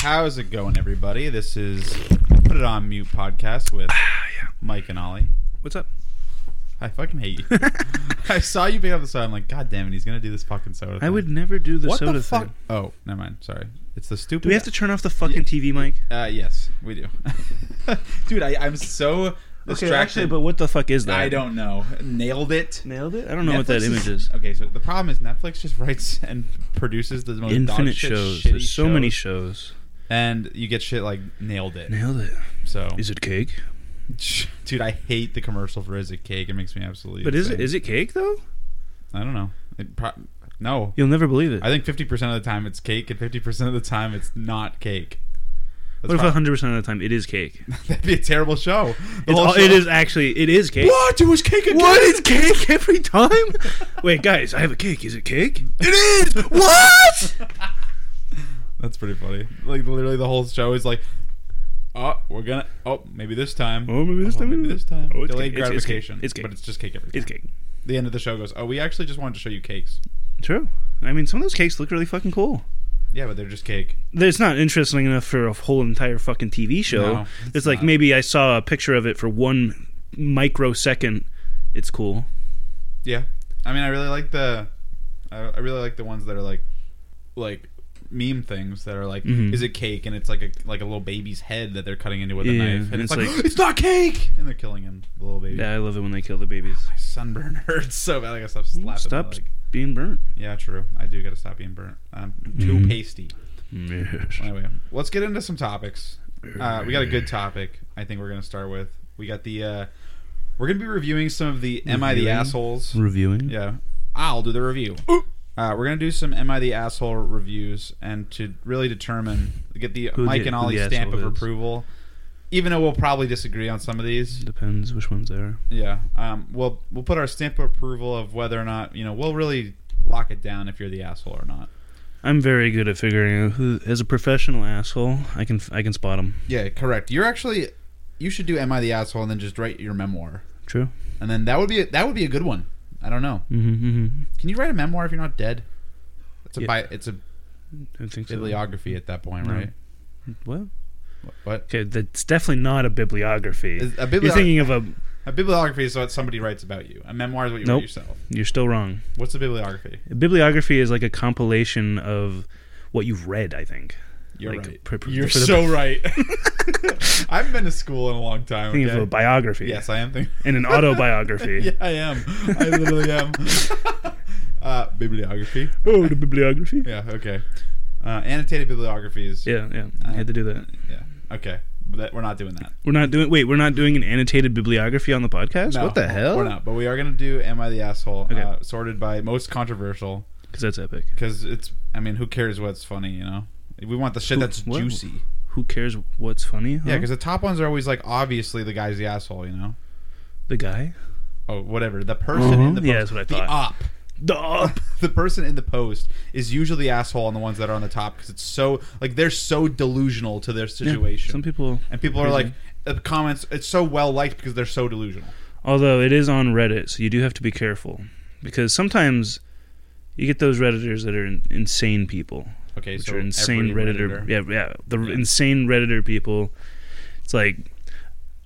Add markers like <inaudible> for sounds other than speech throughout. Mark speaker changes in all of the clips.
Speaker 1: How's it going, everybody? This is Put It On Mute podcast with Mike and Ollie.
Speaker 2: What's up?
Speaker 1: I fucking hate you. <laughs> I saw you pick up the soda. I'm like, God damn it, he's gonna do this fucking soda.
Speaker 2: I
Speaker 1: thing."
Speaker 2: would never do the
Speaker 1: What
Speaker 2: soda
Speaker 1: the fuck?
Speaker 2: thing.
Speaker 1: Oh, never mind. Sorry. It's the stupid.
Speaker 2: Do we have to turn off the fucking TV, Mike?
Speaker 1: Uh, yes, we do. <laughs> Dude, I, I'm so distracted.
Speaker 2: Okay, actually, but what the fuck is that?
Speaker 1: I don't know. Nailed it.
Speaker 2: nailed it. I don't know what
Speaker 1: Netflix
Speaker 2: that image is.
Speaker 1: Okay, so the problem is Netflix just <laughs> writes and produces the most
Speaker 2: Infinite
Speaker 1: dog shit,
Speaker 2: shows.
Speaker 1: shitty
Speaker 2: There's so many
Speaker 1: shows,
Speaker 2: shows.
Speaker 1: and you get shit like nailed it.
Speaker 2: Nailed it. <laughs>
Speaker 1: So,
Speaker 2: Is it cake?
Speaker 1: <laughs> dude, I hate the commercial for is it cake. It makes me absolutely.
Speaker 2: But is it
Speaker 1: insane.
Speaker 2: is it cake though?
Speaker 1: I don't know. It pro- no,
Speaker 2: You'll never believe it.
Speaker 1: I think fifty percent of the time it's cake, and fifty percent of the time it's not cake. That's
Speaker 2: what if
Speaker 1: prob-
Speaker 2: 100 percent of the time it is cake? It's
Speaker 1: that'd be a terrible show. The whole
Speaker 2: all,
Speaker 1: show-
Speaker 2: it is actually it is cake.
Speaker 1: <laughs> What? It was cake again.
Speaker 2: What <laughs> is cake every time? Wait, guys, I have a cake. Is it cake?
Speaker 1: It is.
Speaker 2: What?
Speaker 1: That's pretty funny. Like literally, the whole show is like, oh, we're gonna, oh, maybe this time.
Speaker 2: Oh, maybe this
Speaker 1: Oh,
Speaker 2: time.
Speaker 1: maybe this time.
Speaker 2: Oh, it's
Speaker 1: Delayed
Speaker 2: cake. It's- it's cake.
Speaker 1: gratification.
Speaker 2: It's cake.
Speaker 1: but it's just cake every time.
Speaker 2: It's cake.
Speaker 1: The end of the show goes, oh, we actually just wanted to show you cakes.
Speaker 2: True. I mean, some of those cakes look really fucking cool.
Speaker 1: Yeah, but they're just cake.
Speaker 2: It's not interesting enough for a whole entire fucking TV show.
Speaker 1: No,
Speaker 2: it's
Speaker 1: it's
Speaker 2: like
Speaker 1: not.
Speaker 2: maybe I saw a picture of it for one microsecond. It's cool.
Speaker 1: Yeah, I mean, I really like the, I, I really like the ones that are like, like meme things that are like,
Speaker 2: Mhm.
Speaker 1: is it cake? And it's like a like a little baby's head that they're cutting into with a
Speaker 2: Yeah,
Speaker 1: knife, and,
Speaker 2: and
Speaker 1: it's,
Speaker 2: it's
Speaker 1: like,
Speaker 2: like-
Speaker 1: it's not cake, and they're killing him, the little baby.
Speaker 2: Yeah, I love it when they kill the babies.
Speaker 1: My sunburn <laughs> hurts so bad. I gotta stop slapping.
Speaker 2: Stop
Speaker 1: my leg.
Speaker 2: being burnt.
Speaker 1: Yeah, true. I do gotta stop being burnt. I'm too
Speaker 2: Mhm.
Speaker 1: pasty. Anyway, let's get into some topics. Uh, we got a good topic. I think we're gonna start with. We got the. Uh, we're gonna be reviewing some of the "Am I the
Speaker 2: Reviewing?
Speaker 1: Assholes?"
Speaker 2: Reviewing.
Speaker 1: Yeah, I'll do the review. Uh, we're gonna do some "Am I the Asshole?" reviews, and to really determine, get the
Speaker 2: Who
Speaker 1: Mike
Speaker 2: the-
Speaker 1: and
Speaker 2: who
Speaker 1: Ollie
Speaker 2: the
Speaker 1: stamp of
Speaker 2: asshole is.
Speaker 1: approval. Even though we'll probably disagree on some of these,
Speaker 2: Depends which ones there.
Speaker 1: yeah, um, we'll we'll put our stamp of approval of whether or not you know we'll really lock it down if you're the asshole or not.
Speaker 2: I'm very good at figuring out who, as a professional asshole, I can I can spot them.
Speaker 1: Yeah, correct. You're actually you should do "Am I the asshole?" and then just write your memoir,
Speaker 2: True.
Speaker 1: and then that would be that would be a good one. I don't know.
Speaker 2: Mm-hmm,
Speaker 1: Can you write a memoir if you're not dead? It's a
Speaker 2: Yeah.
Speaker 1: bi- it's a
Speaker 2: I think so.
Speaker 1: bibliography at that point,
Speaker 2: No.
Speaker 1: right?
Speaker 2: What?
Speaker 1: What
Speaker 2: Okay, that's definitely not a bibliography.
Speaker 1: Is a
Speaker 2: You're
Speaker 1: biblio-
Speaker 2: thinking of a.
Speaker 1: a bibliography is what somebody writes about you. A memoir is what you
Speaker 2: Nope.
Speaker 1: write yourself.
Speaker 2: You're still wrong.
Speaker 1: What's a bibliography?
Speaker 2: A bibliography is like a compilation of what you've read. I think.
Speaker 1: You're
Speaker 2: Like,
Speaker 1: right.
Speaker 2: pr- pr-
Speaker 1: you're
Speaker 2: for the- <laughs>
Speaker 1: so right. <laughs> I've been to school in a long time.
Speaker 2: Thinking of
Speaker 1: okay?
Speaker 2: a biography.
Speaker 1: Yes, I am thinking.
Speaker 2: And an autobiography.
Speaker 1: <laughs> yeah, I am. I literally am. <laughs> uh, bibliography.
Speaker 2: Oh, the bibliography.
Speaker 1: Yeah. Okay. Uh, annotated bibliographies.
Speaker 2: Yeah, yeah. I had to do that.
Speaker 1: Yeah. Okay. But that, we're not doing that.
Speaker 2: We're not doing. Wait, we're not doing an annotated bibliography on the podcast.
Speaker 1: No,
Speaker 2: what the hell?
Speaker 1: We're not. But we are gonna do "Am I the asshole?"
Speaker 2: Okay.
Speaker 1: Uh, sorted by most controversial
Speaker 2: Because that's epic.
Speaker 1: because it's. I mean, who cares what's funny? You know, we want the shit
Speaker 2: Who-
Speaker 1: that's
Speaker 2: what?
Speaker 1: juicy.
Speaker 2: Who cares what's funny? Huh?
Speaker 1: Yeah, because the top ones are always like obviously the guy's the asshole. You know.
Speaker 2: the guy,
Speaker 1: Oh, whatever. The person in
Speaker 2: Uh-huh.
Speaker 1: the post,
Speaker 2: Yeah, that's what I
Speaker 1: the
Speaker 2: thought.
Speaker 1: op, <laughs>
Speaker 2: the up.
Speaker 1: the person in the post is usually the asshole on the ones that are on the top because it's so like they're so delusional to their situation.
Speaker 2: Some people,
Speaker 1: and people are like
Speaker 2: Crazy.
Speaker 1: the comments. It's so well liked because they're so delusional.
Speaker 2: although it is on Reddit, so you do have to be careful because sometimes you get those redditors that are in, insane people,
Speaker 1: Okay,
Speaker 2: which
Speaker 1: so
Speaker 2: are insane
Speaker 1: every
Speaker 2: redditor.
Speaker 1: Redditor-
Speaker 2: Yeah, yeah, the
Speaker 1: Yeah.
Speaker 2: insane redditor people. It's like.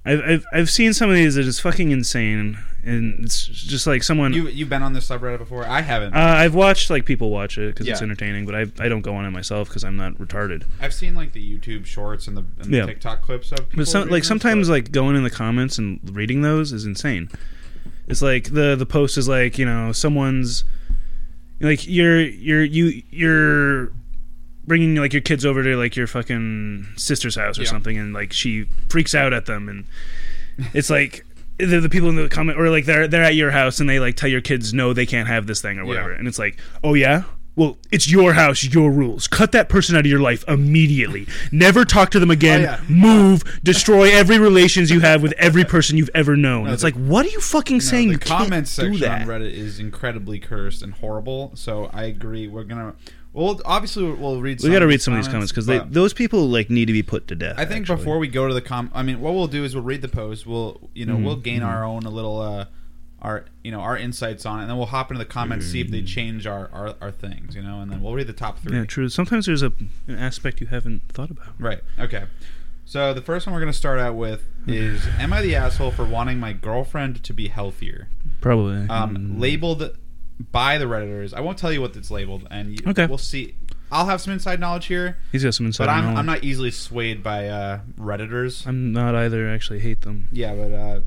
Speaker 2: I've, I've, I've seen some of these that is fucking insane, and it's just like someone.
Speaker 1: You you've been on this subreddit before? I haven't.
Speaker 2: Uh, I've watched like people watch it because it's
Speaker 1: Yeah.
Speaker 2: entertaining, but I I don't go on it myself because I'm not retarded.
Speaker 1: I've seen like the YouTube shorts and the, and the
Speaker 2: Yeah.
Speaker 1: TikTok clips of. People
Speaker 2: But some,
Speaker 1: reading
Speaker 2: like
Speaker 1: this,
Speaker 2: sometimes
Speaker 1: but-
Speaker 2: like going in the comments and reading those is insane. It's like the the post is like you know someone's like you're you're you you're bringing like your kids over to like your fucking sister's house or
Speaker 1: Yeah.
Speaker 2: something and like she freaks out at them and it's like the, the people in the comment or like they're they're at your house and they like tell your kids no they can't have this thing or whatever and it's like oh yeah well it's your house your rules cut that person out of your life immediately never talk to them again
Speaker 1: yeah.
Speaker 2: move destroy every relations you have with every person you've ever known it's
Speaker 1: the-
Speaker 2: like what are you fucking
Speaker 1: No,
Speaker 2: saying
Speaker 1: the
Speaker 2: you
Speaker 1: comment
Speaker 2: can't
Speaker 1: section
Speaker 2: do that
Speaker 1: on Reddit is incredibly cursed and horrible. So I agree. We're gonna. Well, obviously we'll read.
Speaker 2: we got to read some of these comments because
Speaker 1: but
Speaker 2: those people like need to be put to death
Speaker 1: I think
Speaker 2: actually. Mm-hmm,
Speaker 1: before we go to the com, I mean, what we'll do is we'll read the post. We'll you know we'll gain our own a little uh, our you know our insights on it, and then we'll hop into the comments see if they change our, our our things, you know, and then we'll read the top three.
Speaker 2: Mm. Yeah, true. Sometimes there's a an aspect you haven't thought about.
Speaker 1: Right. Okay. So the first one we're going to start out
Speaker 2: <sighs>
Speaker 1: with is Am I the asshole for wanting my girlfriend to be healthier?
Speaker 2: Probably. Mm-hmm.
Speaker 1: Um, labeled by the Redditors. I won't tell you what it's labeled, and you,
Speaker 2: Okay.
Speaker 1: we'll see. I'll have some inside knowledge here,
Speaker 2: He's got some insight.
Speaker 1: but I'm,
Speaker 2: knowledge.
Speaker 1: I'm not easily swayed by uh, Redditors.
Speaker 2: I'm not either. I actually hate them.
Speaker 1: yeah, but uh,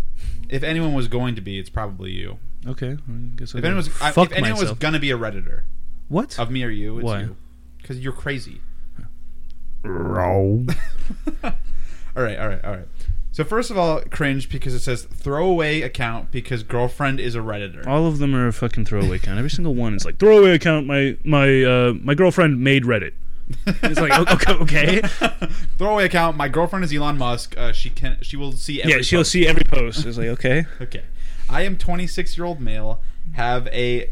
Speaker 1: if anyone was going to be, it's probably you.
Speaker 2: Okay. I guess I'll
Speaker 1: If anyone was, I, if
Speaker 2: fuck
Speaker 1: anyone
Speaker 2: myself.
Speaker 1: was gonna be a Redditor
Speaker 2: what?
Speaker 1: of me or you, it's
Speaker 2: Why?
Speaker 1: you, because you're crazy.
Speaker 2: Row.
Speaker 1: All right, all right, all right. So first of all, cringe because it says throwaway account because girlfriend is a redditor.
Speaker 2: All of them are a fucking throwaway account. Every single one is like throwaway account. My my uh, my girlfriend made Reddit. It's like o- okay, Oh, <laughs>
Speaker 1: <laughs>
Speaker 2: okay.
Speaker 1: throwaway account. My girlfriend is Elon Musk. Uh, she can she will see. Every
Speaker 2: yeah, she'll
Speaker 1: post.
Speaker 2: see every post. It's like okay.
Speaker 1: Okay, I am 26 year old male. Have a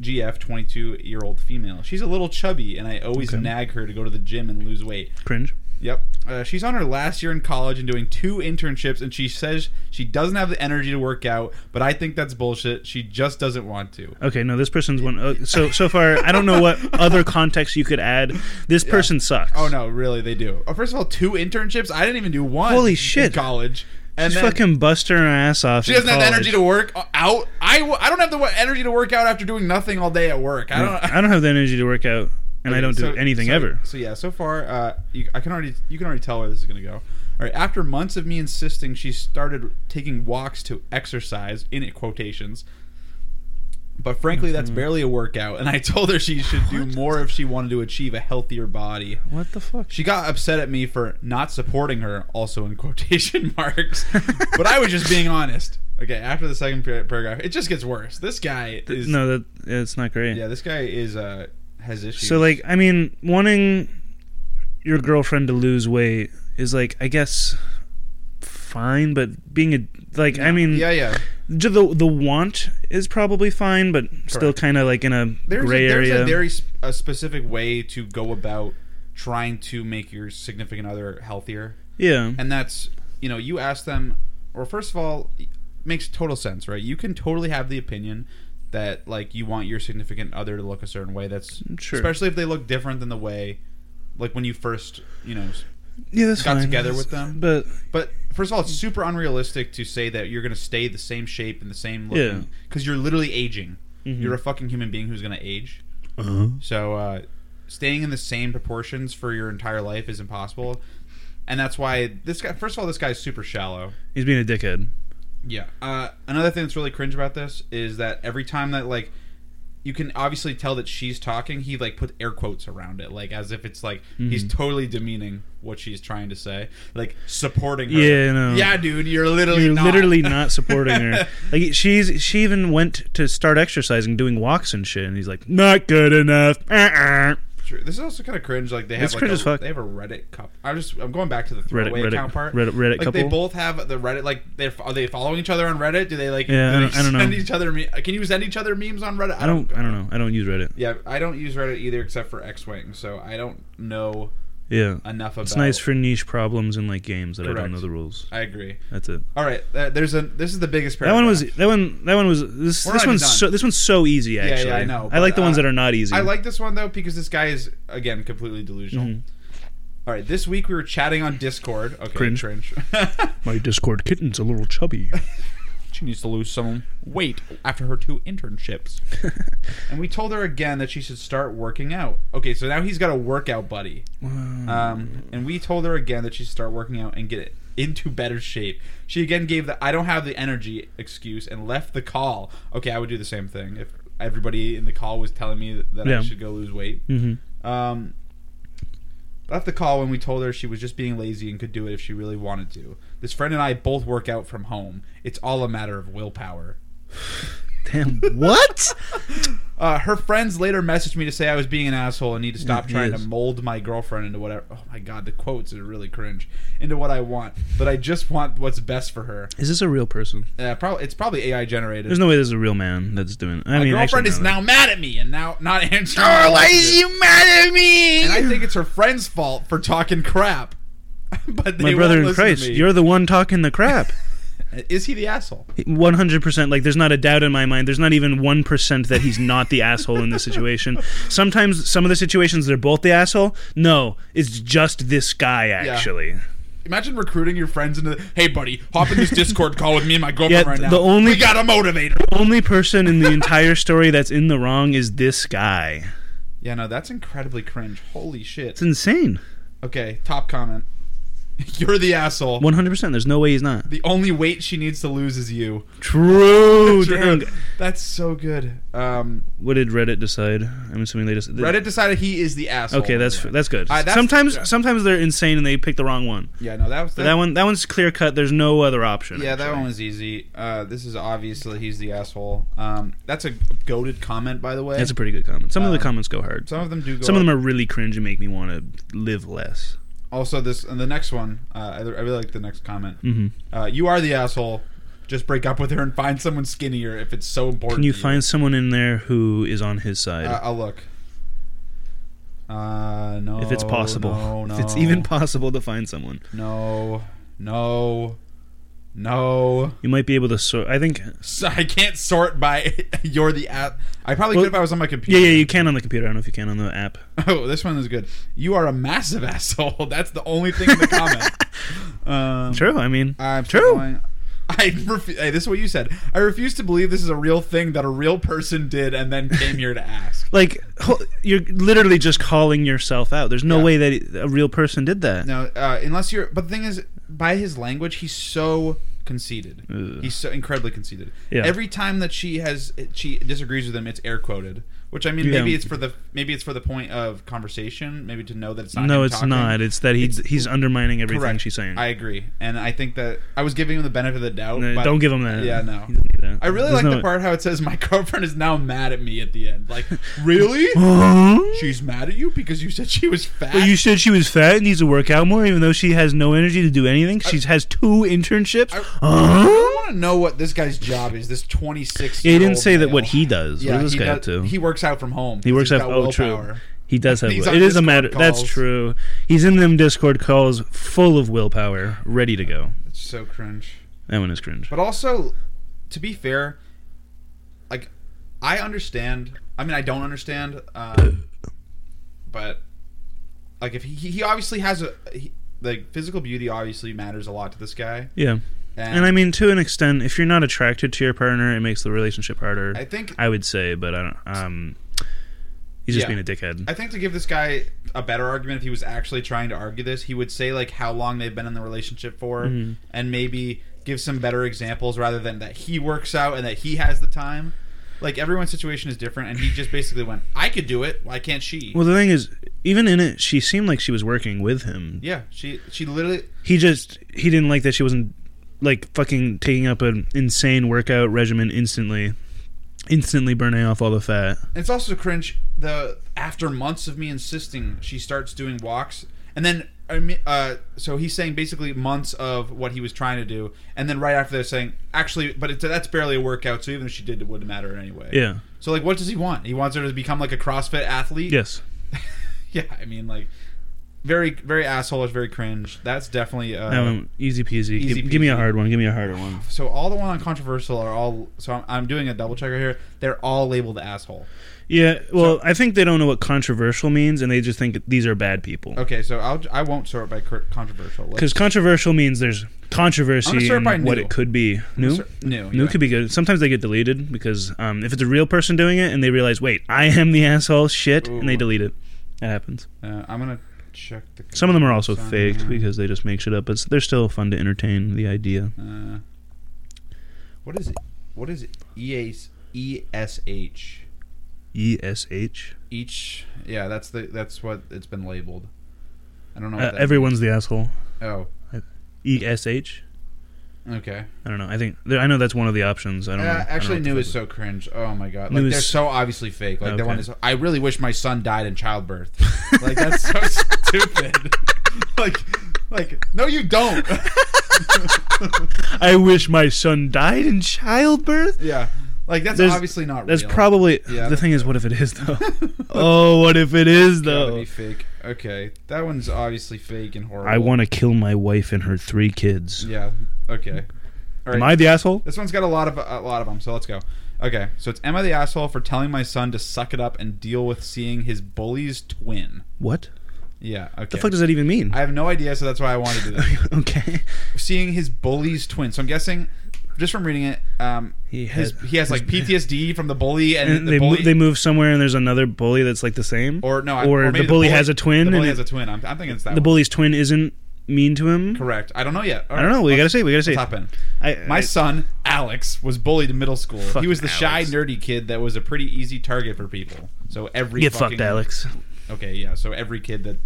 Speaker 1: GF 22 year old female. She's a little chubby, and I always
Speaker 2: Okay.
Speaker 1: nag her to go to the gym and lose weight.
Speaker 2: Cringe.
Speaker 1: Yep. Uh, she's on her last year in college and doing two internships, and she says she doesn't have the energy to work out. But I think that's bullshit. She just doesn't want to.
Speaker 2: Okay, no, this person's one. Uh, so so far, I don't
Speaker 1: <laughs>
Speaker 2: know what other context you could add. This person sucks.
Speaker 1: Oh no, really? They do. Oh, first of all, two internships. I didn't even do one.
Speaker 2: Holy
Speaker 1: in
Speaker 2: shit.
Speaker 1: college. And
Speaker 2: She's
Speaker 1: then
Speaker 2: fucking busting her ass off.
Speaker 1: she doesn't have the energy to work out. I, w- I don't have the w- energy to work out after doing nothing all day at work. I don't.
Speaker 2: I don't have the energy to work out, and I don't
Speaker 1: So-
Speaker 2: do anything
Speaker 1: so-
Speaker 2: ever.
Speaker 1: So yeah, so far, uh, you, I can already you can already tell where this is gonna go. All right, after months of me insisting, she started taking walks to exercise in quotations. But frankly, that's
Speaker 2: Mm-hmm.
Speaker 1: barely a workout, and I told her she should do more if she wanted to achieve a healthier body.
Speaker 2: What the fuck?
Speaker 1: She got upset at me for not supporting her, also in quotation <laughs> marks. but I was just being honest. Okay, after the second par- paragraph, it just gets worse. This guy is
Speaker 2: no, that it's not great.
Speaker 1: yeah, this guy is uh has issues.
Speaker 2: So like, I mean, wanting your girlfriend to lose weight is like, I guess, fine. But being a like, I mean,
Speaker 1: yeah, yeah.
Speaker 2: ju- the the want is probably fine, but still
Speaker 1: Correct.
Speaker 2: kind of like in a
Speaker 1: There's
Speaker 2: gray
Speaker 1: a, there's
Speaker 2: area.
Speaker 1: a very sp- a specific way to go about trying to make your significant other healthier,
Speaker 2: yeah,
Speaker 1: and that's you know you ask them, or first of all, it makes total sense, right? You can totally have the opinion that like you want your significant other to look a certain way. That's
Speaker 2: Sure.
Speaker 1: especially if they look different than the way, like when you first you know. s-
Speaker 2: yeah, that's
Speaker 1: got
Speaker 2: fine.
Speaker 1: together with them.
Speaker 2: but
Speaker 1: But first of all, it's super unrealistic to say that you're going to stay the same shape and the same
Speaker 2: Yeah.
Speaker 1: looking because you're literally aging. You're a fucking human being who's going to age. So uh, staying in the same proportions for your entire life is impossible, and that's why this guy. First of all, this guy's super shallow.
Speaker 2: he's being a dickhead.
Speaker 1: Yeah. Uh, another thing that's really cringe about this is that every time that like you can obviously tell that she's talking, he like put air quotes around it, like as if it's like he's
Speaker 2: Mm-hmm.
Speaker 1: totally demeaning what she's trying to say, like supporting her.
Speaker 2: Yeah, no.
Speaker 1: Yeah, dude, you're literally
Speaker 2: You're
Speaker 1: not. <laughs>
Speaker 2: literally not supporting her. Like she's she even went to start exercising, doing walks and shit, and he's like, not good enough. Uh-uh.
Speaker 1: True. This is also kind of cringe. Like they have
Speaker 2: It's
Speaker 1: like
Speaker 2: cringe
Speaker 1: a,
Speaker 2: as fuck.
Speaker 1: they have a Reddit cup. I'm just I'm going back to the
Speaker 2: Reddit,
Speaker 1: throwaway
Speaker 2: Reddit,
Speaker 1: account part.
Speaker 2: Reddit, Reddit
Speaker 1: like they
Speaker 2: couple.
Speaker 1: both have the Reddit. Like they are they following each other on Reddit? Do they like?
Speaker 2: Yeah,
Speaker 1: do they
Speaker 2: I don't- I don't know.
Speaker 1: send each other. Me- can you send each other memes on Reddit?
Speaker 2: I don't I don't know. I don't use Reddit.
Speaker 1: Yeah, I don't use Reddit either, except for X Wing. So I don't know
Speaker 2: Yeah.
Speaker 1: enough about.
Speaker 2: It's nice for niche problems in like games that I
Speaker 1: Correct.
Speaker 2: don't know the rules.
Speaker 1: I agree.
Speaker 2: That's it.
Speaker 1: All right, uh, there's a. This is the biggest.
Speaker 2: That
Speaker 1: Paragraph.
Speaker 2: one was that one that one was this
Speaker 1: We're
Speaker 2: this
Speaker 1: not
Speaker 2: one's
Speaker 1: even done.
Speaker 2: so this one's so easy
Speaker 1: yeah,
Speaker 2: actually.
Speaker 1: I know,
Speaker 2: I like
Speaker 1: but,
Speaker 2: the ones
Speaker 1: uh,
Speaker 2: that are not easy.
Speaker 1: I like this one though because this guy is again completely delusional.
Speaker 2: Mm-hmm.
Speaker 1: All right, this week we were chatting on Discord. Okay,
Speaker 2: Cringe.
Speaker 1: <laughs>
Speaker 2: my Discord kitten's a little chubby.
Speaker 1: she needs to lose some weight after her two
Speaker 2: <laughs>
Speaker 1: internships. and we told her again that she should start working out. Okay, so now he's got a workout buddy. Um, and we told her again that she should start working out and get it into better shape. She again gave the I don't have the energy excuse and left the call. Okay, I would do the same thing if everybody in the call was telling me that I
Speaker 2: Yeah.
Speaker 1: should go lose weight.
Speaker 2: Mhm.
Speaker 1: Um, left the call when we told her she was just being lazy and could do it if she really wanted to. This friend and I both work out from home. It's all a matter of willpower.
Speaker 2: Damn what?
Speaker 1: Uh, her friends later messaged me to say I was being an asshole and need to stop
Speaker 2: Yes.
Speaker 1: trying to mold my girlfriend into whatever. Oh my god, the quotes are really cringe. Into what I want, but I just want what's best for her.
Speaker 2: <laughs> Is this a real person?
Speaker 1: Uh, probably it's probably AI generated.
Speaker 2: There's no way this is a real man that's doing it. I
Speaker 1: my
Speaker 2: mean
Speaker 1: girlfriend
Speaker 2: actually,
Speaker 1: is
Speaker 2: no,
Speaker 1: now mad at me and now not answering. my
Speaker 2: Oh, why
Speaker 1: messages.
Speaker 2: is you mad at me?
Speaker 1: And I think it's her friend's fault for talking crap. <laughs> but they
Speaker 2: my
Speaker 1: won't
Speaker 2: brother in
Speaker 1: listen to
Speaker 2: Christ,
Speaker 1: me.
Speaker 2: you're the one talking the crap.
Speaker 1: Is he the asshole?
Speaker 2: 100% like there's not a doubt in my mind there's not even 1% that he's not the asshole in
Speaker 1: <laughs>
Speaker 2: this situation sometimes some of the situations they're both the asshole no it's just this guy actually yeah,
Speaker 1: Imagine recruiting your friends into. Hey, buddy, hop
Speaker 2: <laughs>
Speaker 1: in this Discord call with me and my girlfriend right now.
Speaker 2: the only-
Speaker 1: we got a motivator.
Speaker 2: only
Speaker 1: <laughs>
Speaker 2: person in the entire story that's in the wrong is this guy
Speaker 1: Yeah, no, that's incredibly cringe. Holy shit.
Speaker 2: it's insane
Speaker 1: Okay, top comment. <laughs> You're the asshole.
Speaker 2: 100% there's no way he's not
Speaker 1: The only weight she needs to lose is you.
Speaker 2: true,
Speaker 1: True.
Speaker 2: damn.
Speaker 1: That's so good. Um,
Speaker 2: what did reddit decide i'm assuming they just
Speaker 1: Reddit decided he is the asshole.
Speaker 2: okay that's that's good
Speaker 1: Uh, that's-
Speaker 2: sometimes
Speaker 1: yeah.
Speaker 2: sometimes they're insane and they pick the wrong one
Speaker 1: yeah. No, that was
Speaker 2: But that one, that one's clear cut. There's no other option.
Speaker 1: Yeah, that
Speaker 2: actually.
Speaker 1: one was easy. Uh, this is obviously he's the asshole. Um, that's a goaded comment, by the way.
Speaker 2: That's a pretty good comment. Some of the
Speaker 1: Um,
Speaker 2: comments go hard.
Speaker 1: Some of them do go.
Speaker 2: Some of them are really cringe and make me want to live less.
Speaker 1: Also, this and the next one. Uh, I, I really like the next comment.
Speaker 2: hmm
Speaker 1: Uh, you are the asshole. Just break up with her and find someone skinnier if it's so important.
Speaker 2: Can you
Speaker 1: to
Speaker 2: find someone in there who is on his side,
Speaker 1: Uh, I'll look. Uh, no.
Speaker 2: if it's possible,
Speaker 1: No, no.
Speaker 2: <laughs> if it's even possible to find someone?
Speaker 1: No. No. No. <laughs>
Speaker 2: You might be able to sort. I think.
Speaker 1: So I can't sort by <laughs> you're the app. I probably
Speaker 2: Well,
Speaker 1: could if I was on my
Speaker 2: Yeah,
Speaker 1: computer.
Speaker 2: yeah, you can on the computer. I don't know if you can on the app.
Speaker 1: <laughs> Oh, this one is good. You are a massive <laughs> asshole. That's the only thing in the
Speaker 2: <laughs>
Speaker 1: comment. Um,
Speaker 2: True. I mean,
Speaker 1: I'm
Speaker 2: True.
Speaker 1: still going- I refu- hey, this is what you said. I refuse to believe this is a real thing that a real person did and then came here to ask.
Speaker 2: like ho- you're literally just calling yourself out. There's no
Speaker 1: Yeah.
Speaker 2: way that a real person did that.
Speaker 1: No, uh, unless you're. But the thing is, by his language, he's so conceited.
Speaker 2: Ugh.
Speaker 1: He's so incredibly conceited.
Speaker 2: Yeah.
Speaker 1: Every time that she has, she disagrees with him. It's air quoted. Which I mean,
Speaker 2: Yeah.
Speaker 1: maybe it's for the maybe it's for the point of conversation. Maybe to know that it's not.
Speaker 2: No,
Speaker 1: him
Speaker 2: it's
Speaker 1: talking.
Speaker 2: not. It's that he's he's undermining everything
Speaker 1: Correct.
Speaker 2: she's saying.
Speaker 1: I agree, and I think that I was giving him the benefit of the doubt.
Speaker 2: No,
Speaker 1: but
Speaker 2: don't give him that.
Speaker 1: Yeah, no.
Speaker 2: He doesn't need that.
Speaker 1: I really like
Speaker 2: There's no-
Speaker 1: the part how it says my girlfriend is now mad at me at the end. Like,
Speaker 2: <laughs>
Speaker 1: really?
Speaker 2: Huh?
Speaker 1: She's mad at you because you said she was fat.
Speaker 2: But you said she was fat and needs to work out more, even though she has no energy to do anything. She has two internships.
Speaker 1: I-
Speaker 2: Huh?
Speaker 1: I want to know what this guy's job is. This twenty six.
Speaker 2: Yeah, he didn't say that what he does.
Speaker 1: Yeah,
Speaker 2: what does this
Speaker 1: he,
Speaker 2: guy
Speaker 1: does-
Speaker 2: up to?
Speaker 1: he works out from home.
Speaker 2: He
Speaker 1: 'cause
Speaker 2: works
Speaker 1: he's
Speaker 2: out.
Speaker 1: got
Speaker 2: Oh, true.
Speaker 1: willpower.
Speaker 2: He does have.
Speaker 1: He's
Speaker 2: will-
Speaker 1: on
Speaker 2: It is a
Speaker 1: Discord
Speaker 2: matter. That's
Speaker 1: calls.
Speaker 2: true. He's in them Discord calls, full of willpower, ready to go.
Speaker 1: It's so cringe.
Speaker 2: That one is cringe.
Speaker 1: But also, to be fair, like I understand. I mean, I don't understand, um, but like if he, he obviously has a he, like physical beauty obviously matters a lot to this guy,
Speaker 2: Yeah,
Speaker 1: and,
Speaker 2: and I mean to an extent, if you're not attracted to your partner, it makes the relationship harder.
Speaker 1: I think
Speaker 2: I would say, but I don't. Um, he's just
Speaker 1: Yeah.
Speaker 2: being a dickhead.
Speaker 1: I think to give this guy a better argument, if he was actually trying to argue this, he would say like how long they've been in the relationship for, and maybe give some better examples rather than that he works out and that he has the time. Like everyone's situation is different, and he just basically went, "I could do it. Why can't she?"
Speaker 2: well, the thing is, even in it, she seemed like she was working with him.
Speaker 1: yeah, she she literally
Speaker 2: he just he didn't like that she wasn't like fucking taking up an insane workout regimen instantly instantly burning off all the fat
Speaker 1: It's also cringe. The after months of me insisting, she starts doing walks, and then I mean, uh, so he's saying basically months of what he was trying to do, and then right after they're saying actually, but it's, that's barely a workout. So even if she did, it wouldn't matter anyway.
Speaker 2: yeah
Speaker 1: So like, what does he want? He wants her to become like a CrossFit athlete.
Speaker 2: yes
Speaker 1: <laughs> Yeah. I mean, like, very very assholeish, very cringe. That's definitely. Uh,
Speaker 2: um, easy peasy.
Speaker 1: Easy
Speaker 2: give, give me a
Speaker 1: peasy.
Speaker 2: hard one give me a
Speaker 1: <sighs>
Speaker 2: harder one
Speaker 1: so all the one on controversial are all. So I'm, I'm doing a double checker here. They're all labeled asshole.
Speaker 2: yeah well i think they don't know what controversial means and they just think these are bad people
Speaker 1: Okay, so I'll I won't sort by cur- controversial. Let's-
Speaker 2: because controversial means there's
Speaker 1: I'm gonna
Speaker 2: controversy
Speaker 1: start
Speaker 2: and
Speaker 1: by
Speaker 2: what
Speaker 1: new.
Speaker 2: it could be new
Speaker 1: Sir- New.
Speaker 2: new
Speaker 1: yeah.
Speaker 2: could be good sometimes they get deleted because um, if it's a real person doing it and they realize wait i am the <laughs> asshole shit and they
Speaker 1: Ooh.
Speaker 2: delete it that happens
Speaker 1: Uh, I'm gonna check the.
Speaker 2: Some of them are also
Speaker 1: Some-
Speaker 2: faked because they just make shit up, but they're still fun to entertain the idea.
Speaker 1: Uh, what is it? What is it? E EAS ESH.
Speaker 2: E ESH.
Speaker 1: Each. Yeah, that's the that's what it's been labeled. I don't know. What
Speaker 2: Uh,
Speaker 1: that
Speaker 2: everyone's the asshole.
Speaker 1: Oh,
Speaker 2: ESH.
Speaker 1: okay.
Speaker 2: I don't know. I think I know that's one of the options. I
Speaker 1: Uh,
Speaker 2: don't know.
Speaker 1: actually,
Speaker 2: I don't know
Speaker 1: new
Speaker 2: what
Speaker 1: is
Speaker 2: the
Speaker 1: so cringe. Oh my god!
Speaker 2: New
Speaker 1: Like they're
Speaker 2: is-
Speaker 1: so obviously fake. Like
Speaker 2: Okay.
Speaker 1: the one is. I really wish my son died in childbirth.
Speaker 2: <laughs>
Speaker 1: like that's so <laughs> stupid. like, like no, you don't. <laughs>
Speaker 2: fuck- <laughs> I wish my son died in childbirth.
Speaker 1: yeah, like that's
Speaker 2: There's-
Speaker 1: obviously not.
Speaker 2: That's
Speaker 1: real.
Speaker 2: probably
Speaker 1: Yeah,
Speaker 2: the thing. Is what if it is
Speaker 1: <laughs>
Speaker 2: though? oh, what if it is
Speaker 1: Gotta
Speaker 2: though?
Speaker 1: be fake. Okay, that one's obviously fake and horrible.
Speaker 2: I want to kill my wife and her three kids.
Speaker 1: Yeah. Okay. All
Speaker 2: Am
Speaker 1: right.
Speaker 2: I the asshole?
Speaker 1: This one's got a lot of a lot of them, so let's go. Okay, so it's Emma the asshole for telling my son to suck it up and deal with seeing his bully's twin.
Speaker 2: What
Speaker 1: Yeah. Okay.
Speaker 2: the fuck does that even mean?
Speaker 1: I have no idea, so that's why I wanted to do that.
Speaker 2: <laughs> okay.
Speaker 1: seeing his bully's twin. So I'm guessing, just from reading it, um,
Speaker 2: He
Speaker 1: his,
Speaker 2: had-
Speaker 1: he has
Speaker 2: <laughs>
Speaker 1: like PTSD from the bully and,
Speaker 2: And
Speaker 1: the
Speaker 2: they mo-
Speaker 1: bully.
Speaker 2: they move somewhere and there's another bully that's like the same.
Speaker 1: or no, I-
Speaker 2: or,
Speaker 1: maybe
Speaker 2: the bully has a twin.
Speaker 1: The bully has
Speaker 2: and
Speaker 1: a twin. I'm, I'm thinking it's that.
Speaker 2: the
Speaker 1: one.
Speaker 2: bully's twin isn't mean to him.
Speaker 1: Correct. I don't know yet. All
Speaker 2: I don't
Speaker 1: right,
Speaker 2: know. We
Speaker 1: let's-
Speaker 2: gotta see. We gotta see.
Speaker 1: let's hop in.
Speaker 2: I,
Speaker 1: My
Speaker 2: I-
Speaker 1: son Alex was bullied in middle school. he
Speaker 2: Fucking
Speaker 1: was the shy,
Speaker 2: Alex.
Speaker 1: nerdy kid that was a pretty easy target for people. So every
Speaker 2: get
Speaker 1: fucking-
Speaker 2: fucked, Alex.
Speaker 1: Okay, yeah. So every kid that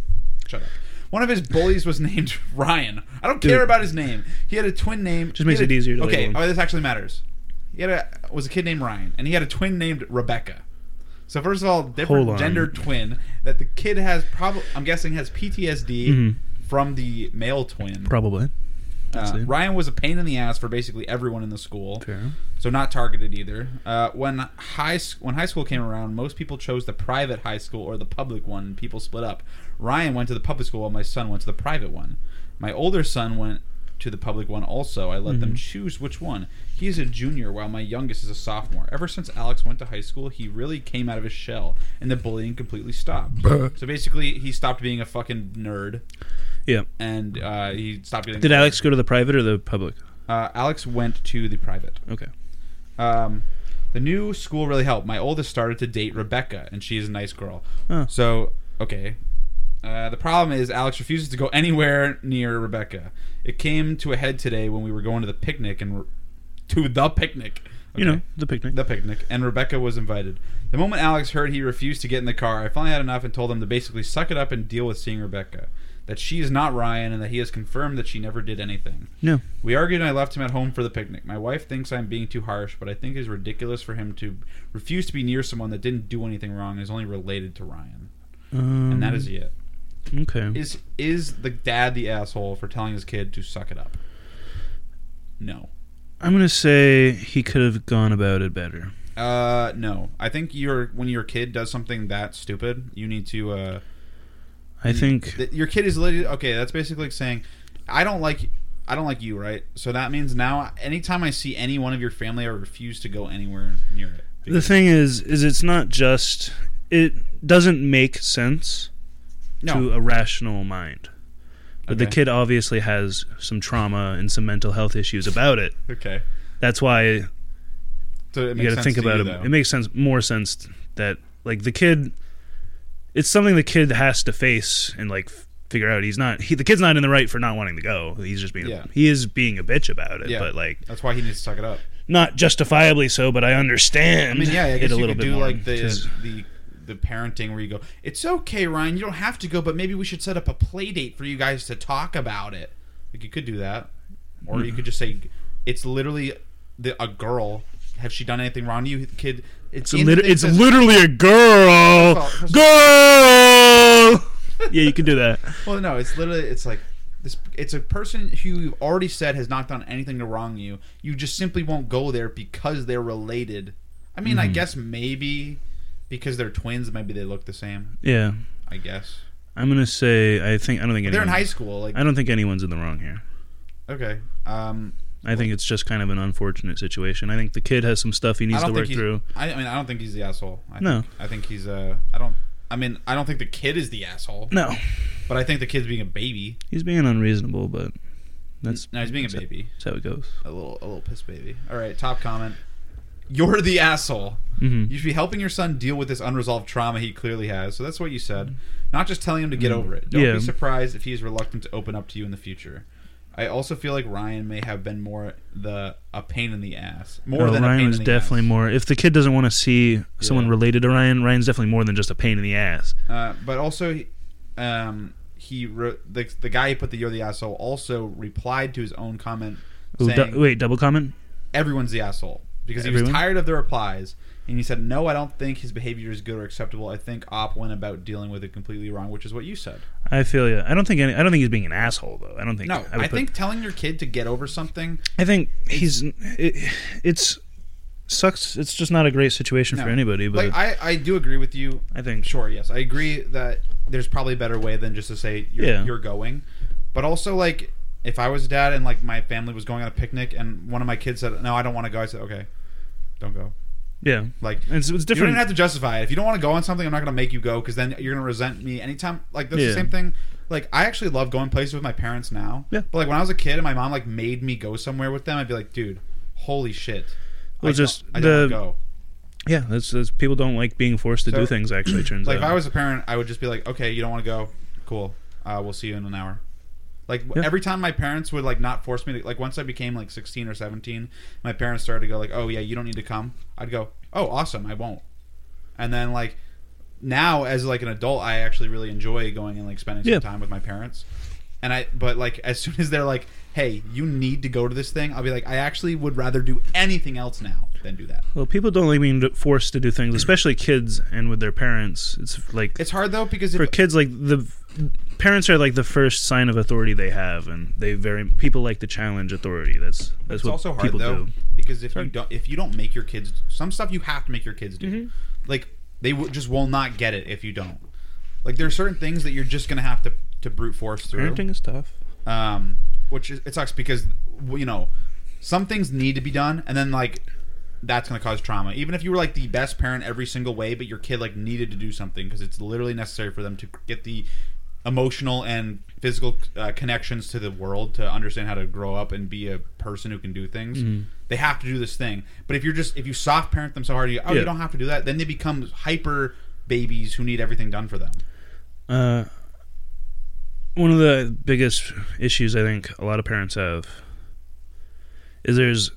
Speaker 1: shut up. One of his bullies was <laughs> named Ryan. I don't care about his name. He had a twin name. Just
Speaker 2: makes it easier to
Speaker 1: okay.
Speaker 2: label him.
Speaker 1: Oh, this actually matters. He had a was a kid named Ryan, and he had a twin named Rebecca. So first of all,
Speaker 2: Hold
Speaker 1: different
Speaker 2: on.
Speaker 1: gender twin that the kid has probably I'm guessing has PTSD
Speaker 2: Mm-hmm.
Speaker 1: from the male twin.
Speaker 2: Probably.
Speaker 1: Uh,
Speaker 2: Absolutely.
Speaker 1: Ryan was a pain in the ass for basically everyone in the school,
Speaker 2: Fair.
Speaker 1: so not targeted either. Uh, when high s- when high school came around, most people chose the private high school or the public one. and People split up. Ryan went to the public school, while my son went to the private one. My older son went to the public one also. I let
Speaker 2: Mm-hmm.
Speaker 1: them choose which one. He's a junior, while my youngest is a sophomore. Ever since Alex went to high school, he really came out of his shell, and the bullying completely stopped. so basically, he stopped being a fucking nerd,
Speaker 2: Yeah.
Speaker 1: and uh, he stopped getting.
Speaker 2: Did Alex go to the private or the public?
Speaker 1: Uh, Alex went to the private.
Speaker 2: Okay.
Speaker 1: Um, the new school really helped. My oldest started to date Rebecca, and she is a nice girl.
Speaker 2: Huh.
Speaker 1: So, okay. Uh, the problem is Alex refuses to go anywhere near Rebecca. It came to a head today when we were going to the picnic and to the picnic.
Speaker 2: You
Speaker 1: Okay.
Speaker 2: know, the picnic.
Speaker 1: The picnic, and Rebecca was invited. The moment Alex heard he refused to get in the car, I finally had enough and told him to basically suck it up and deal with seeing Rebecca. That she is not Ryan, and that he has confirmed that she never did anything.
Speaker 2: no.
Speaker 1: We argued and I left him at home for the picnic. My wife thinks I'm being too harsh, but I think it's ridiculous for him to refuse to be near someone that didn't do anything wrong and is only related to Ryan.
Speaker 2: Um,
Speaker 1: And that is it.
Speaker 2: okay.
Speaker 1: Is is the dad the asshole for telling his kid to suck it up? No.
Speaker 2: I'm gonna say he could have gone about it better.
Speaker 1: Uh no. I think your when your kid does something that stupid, you need to uh
Speaker 2: I
Speaker 1: Mm.
Speaker 2: think
Speaker 1: th- your kid is literally okay, that's basically like saying I don't like I don't like you, right? So that means now anytime I see any one of your family I refuse to go anywhere near it.
Speaker 2: the thing is, is it's not just it doesn't make sense to a rational mind. But the
Speaker 1: Okay.
Speaker 2: kid obviously has some trauma and some mental health issues about it.
Speaker 1: Okay.
Speaker 2: That's why
Speaker 1: So it
Speaker 2: you
Speaker 1: makes
Speaker 2: got to
Speaker 1: sense
Speaker 2: think
Speaker 1: to
Speaker 2: about
Speaker 1: you,
Speaker 2: it.
Speaker 1: though.
Speaker 2: It makes sense more sense that like the kid, it's something the kid has to face and like f- figure out. He's not he, the kid's not in the right for not wanting to go. He's just being
Speaker 1: Yeah.
Speaker 2: he is being a bitch about it,
Speaker 1: Yeah.
Speaker 2: but like
Speaker 1: That's why he needs to suck it up.
Speaker 2: not justifiably so. But I
Speaker 1: I
Speaker 2: understand.
Speaker 1: mean, yeah, I
Speaker 2: it
Speaker 1: guess
Speaker 2: a
Speaker 1: you
Speaker 2: little
Speaker 1: could
Speaker 2: bit
Speaker 1: do
Speaker 2: more,
Speaker 1: like the
Speaker 2: 'cause-
Speaker 1: the the parenting where you go, "It's okay, Ryan. You don't have to go, but maybe we should set up a play date for you guys to talk about it." Like you could do that, or
Speaker 2: Hmm.
Speaker 1: you could just say, "It's literally the, a girl. Have she done anything wrong to you, kid?" It's
Speaker 2: it's, a
Speaker 1: in
Speaker 2: lit-
Speaker 1: the thing
Speaker 2: it's
Speaker 1: that says-
Speaker 2: literally a girl,
Speaker 1: First of
Speaker 2: girl. yeah, you can do that.
Speaker 1: Well, no, it's literally it's like this. It's a person who you've already said has not done anything to wrong you. You just simply won't go there because they're related. I mean, I
Speaker 2: Mm-hmm.
Speaker 1: guess maybe because they're twins, maybe they look the same.
Speaker 2: Yeah,
Speaker 1: I guess
Speaker 2: I'm gonna say I think I don't think
Speaker 1: they're in
Speaker 2: anyone,
Speaker 1: high school. Like
Speaker 2: I don't think anyone's in the wrong here.
Speaker 1: okay, um,
Speaker 2: I think it's just kind of an unfortunate situation. I think the kid has some stuff he
Speaker 1: I
Speaker 2: needs to
Speaker 1: don't think
Speaker 2: work
Speaker 1: he's.
Speaker 2: through.
Speaker 1: I, I mean, I don't think he's the asshole. I
Speaker 2: No.
Speaker 1: think, I think he's. Uh, I don't. I mean, I don't think the kid is the asshole,
Speaker 2: No,
Speaker 1: but I think the kid's being a baby.
Speaker 2: he's being unreasonable, but that's
Speaker 1: No, he's being a
Speaker 2: that's-
Speaker 1: baby,
Speaker 2: That's how it goes.
Speaker 1: a little, a little piss baby. All right, top comment. You're the asshole.
Speaker 2: hmm
Speaker 1: You should be helping your son deal with this unresolved trauma he clearly has. So that's what you said. Not just telling him to get over it. Don't
Speaker 2: Hmm. Yeah.
Speaker 1: be surprised if he is reluctant to open up to you in the future. I also feel like Ryan may have been more the a pain in the ass. More than
Speaker 2: No,
Speaker 1: a pain
Speaker 2: Oh, Ryan was
Speaker 1: in the
Speaker 2: definitely
Speaker 1: ass.
Speaker 2: more. If the kid doesn't want to see someone
Speaker 1: Yeah.
Speaker 2: related to Ryan, Ryan's definitely more than just a pain in the ass.
Speaker 1: Uh, but also, he- um, he wrote the the guy who put the "you're the asshole" also replied to his own comment
Speaker 2: Ooh,
Speaker 1: saying,
Speaker 2: du- wait, double comment.
Speaker 1: everyone's the asshole because he was
Speaker 2: Everyone?
Speaker 1: tired of the replies and he said no i don't think his behavior is good or acceptable i think op went about dealing with it completely wrong which is what you said
Speaker 2: I feel you. I don't think any, I don't think he's being an asshole though. I don't think.
Speaker 1: no
Speaker 2: would
Speaker 1: i,
Speaker 2: put-
Speaker 1: think telling your kid to get over something
Speaker 2: I think he's. It, it's sucks. It's just not a great situation
Speaker 1: No.
Speaker 2: for anybody. But
Speaker 1: like i i do agree with you
Speaker 2: I think
Speaker 1: sure yes i agree that there's probably a better way than just to say you're,
Speaker 2: Yeah.
Speaker 1: you're going but also like if I was a dad and like my family was going on a picnic and one of my kids said, "No, I don't want to go," I said, "Okay, don't go."
Speaker 2: Yeah.
Speaker 1: Like
Speaker 2: And it's, it's
Speaker 1: you don't
Speaker 2: different.
Speaker 1: even have to justify it. If you don't want to go on something, I'm not going to make you go because then you're going to resent me anytime. Like that's
Speaker 2: Yeah.
Speaker 1: the same thing. Like I actually love going places with my parents now.
Speaker 2: Yeah.
Speaker 1: But like when I was a kid and my mom like made me go somewhere with them, I'd be like, dude, holy shit.
Speaker 2: Well,
Speaker 1: I
Speaker 2: just
Speaker 1: don't, I don't
Speaker 2: the-
Speaker 1: wanna go.
Speaker 2: yeah, that's, that's people don't like being forced to
Speaker 1: So-
Speaker 2: do things. Actually, it turns
Speaker 1: Like
Speaker 2: out.
Speaker 1: if I was a parent, I would just be like, okay, you don't want to go, cool. Uh, we'll see you in an hour. Like w
Speaker 2: Yeah.
Speaker 1: every time my parents would like not force me to like once I became like 16 or 17, my parents started to go like, oh yeah, you don't need to come. I'd go, oh awesome, I won't. And then like now as like an adult, I actually really enjoy going and like spending some
Speaker 2: Yeah.
Speaker 1: time with my parents. And I but like as soon as they're like, hey, you need to go to this thing, I'll be like, I actually would rather do anything else now than do that.
Speaker 2: well, people don't like being forced to do things, especially kids and with their parents. It's like
Speaker 1: Mm. It's hard though because if
Speaker 2: for kids like the parents are like the first sign of authority they have and they very people like to challenge authority that's that's
Speaker 1: it's
Speaker 2: what
Speaker 1: also hard
Speaker 2: people
Speaker 1: though
Speaker 2: do
Speaker 1: because if
Speaker 2: Sorry.
Speaker 1: you don't if you don't make your kids some stuff you have to make your kids do
Speaker 2: Mm-hmm.
Speaker 1: like they w- just will not get it if you don't like there are certain things that you're just gonna have to to brute force through
Speaker 2: parenting is tough
Speaker 1: um which is, it sucks because w- you know some things need to be done and then like that's gonna cause trauma even if you were like the best parent every single way but your kid like needed to do something because it's literally necessary for them to get the emotional and physical uh, connections to the world to understand how to grow up and be a person who can do things
Speaker 2: Mm-hmm.
Speaker 1: they have to do this thing but if you're just if you soft parent them so hard you, oh
Speaker 2: Yeah.
Speaker 1: you don't have to do that then they become hyper babies who need everything done for them
Speaker 2: uh, one of the biggest issues i think a lot of parents have is there's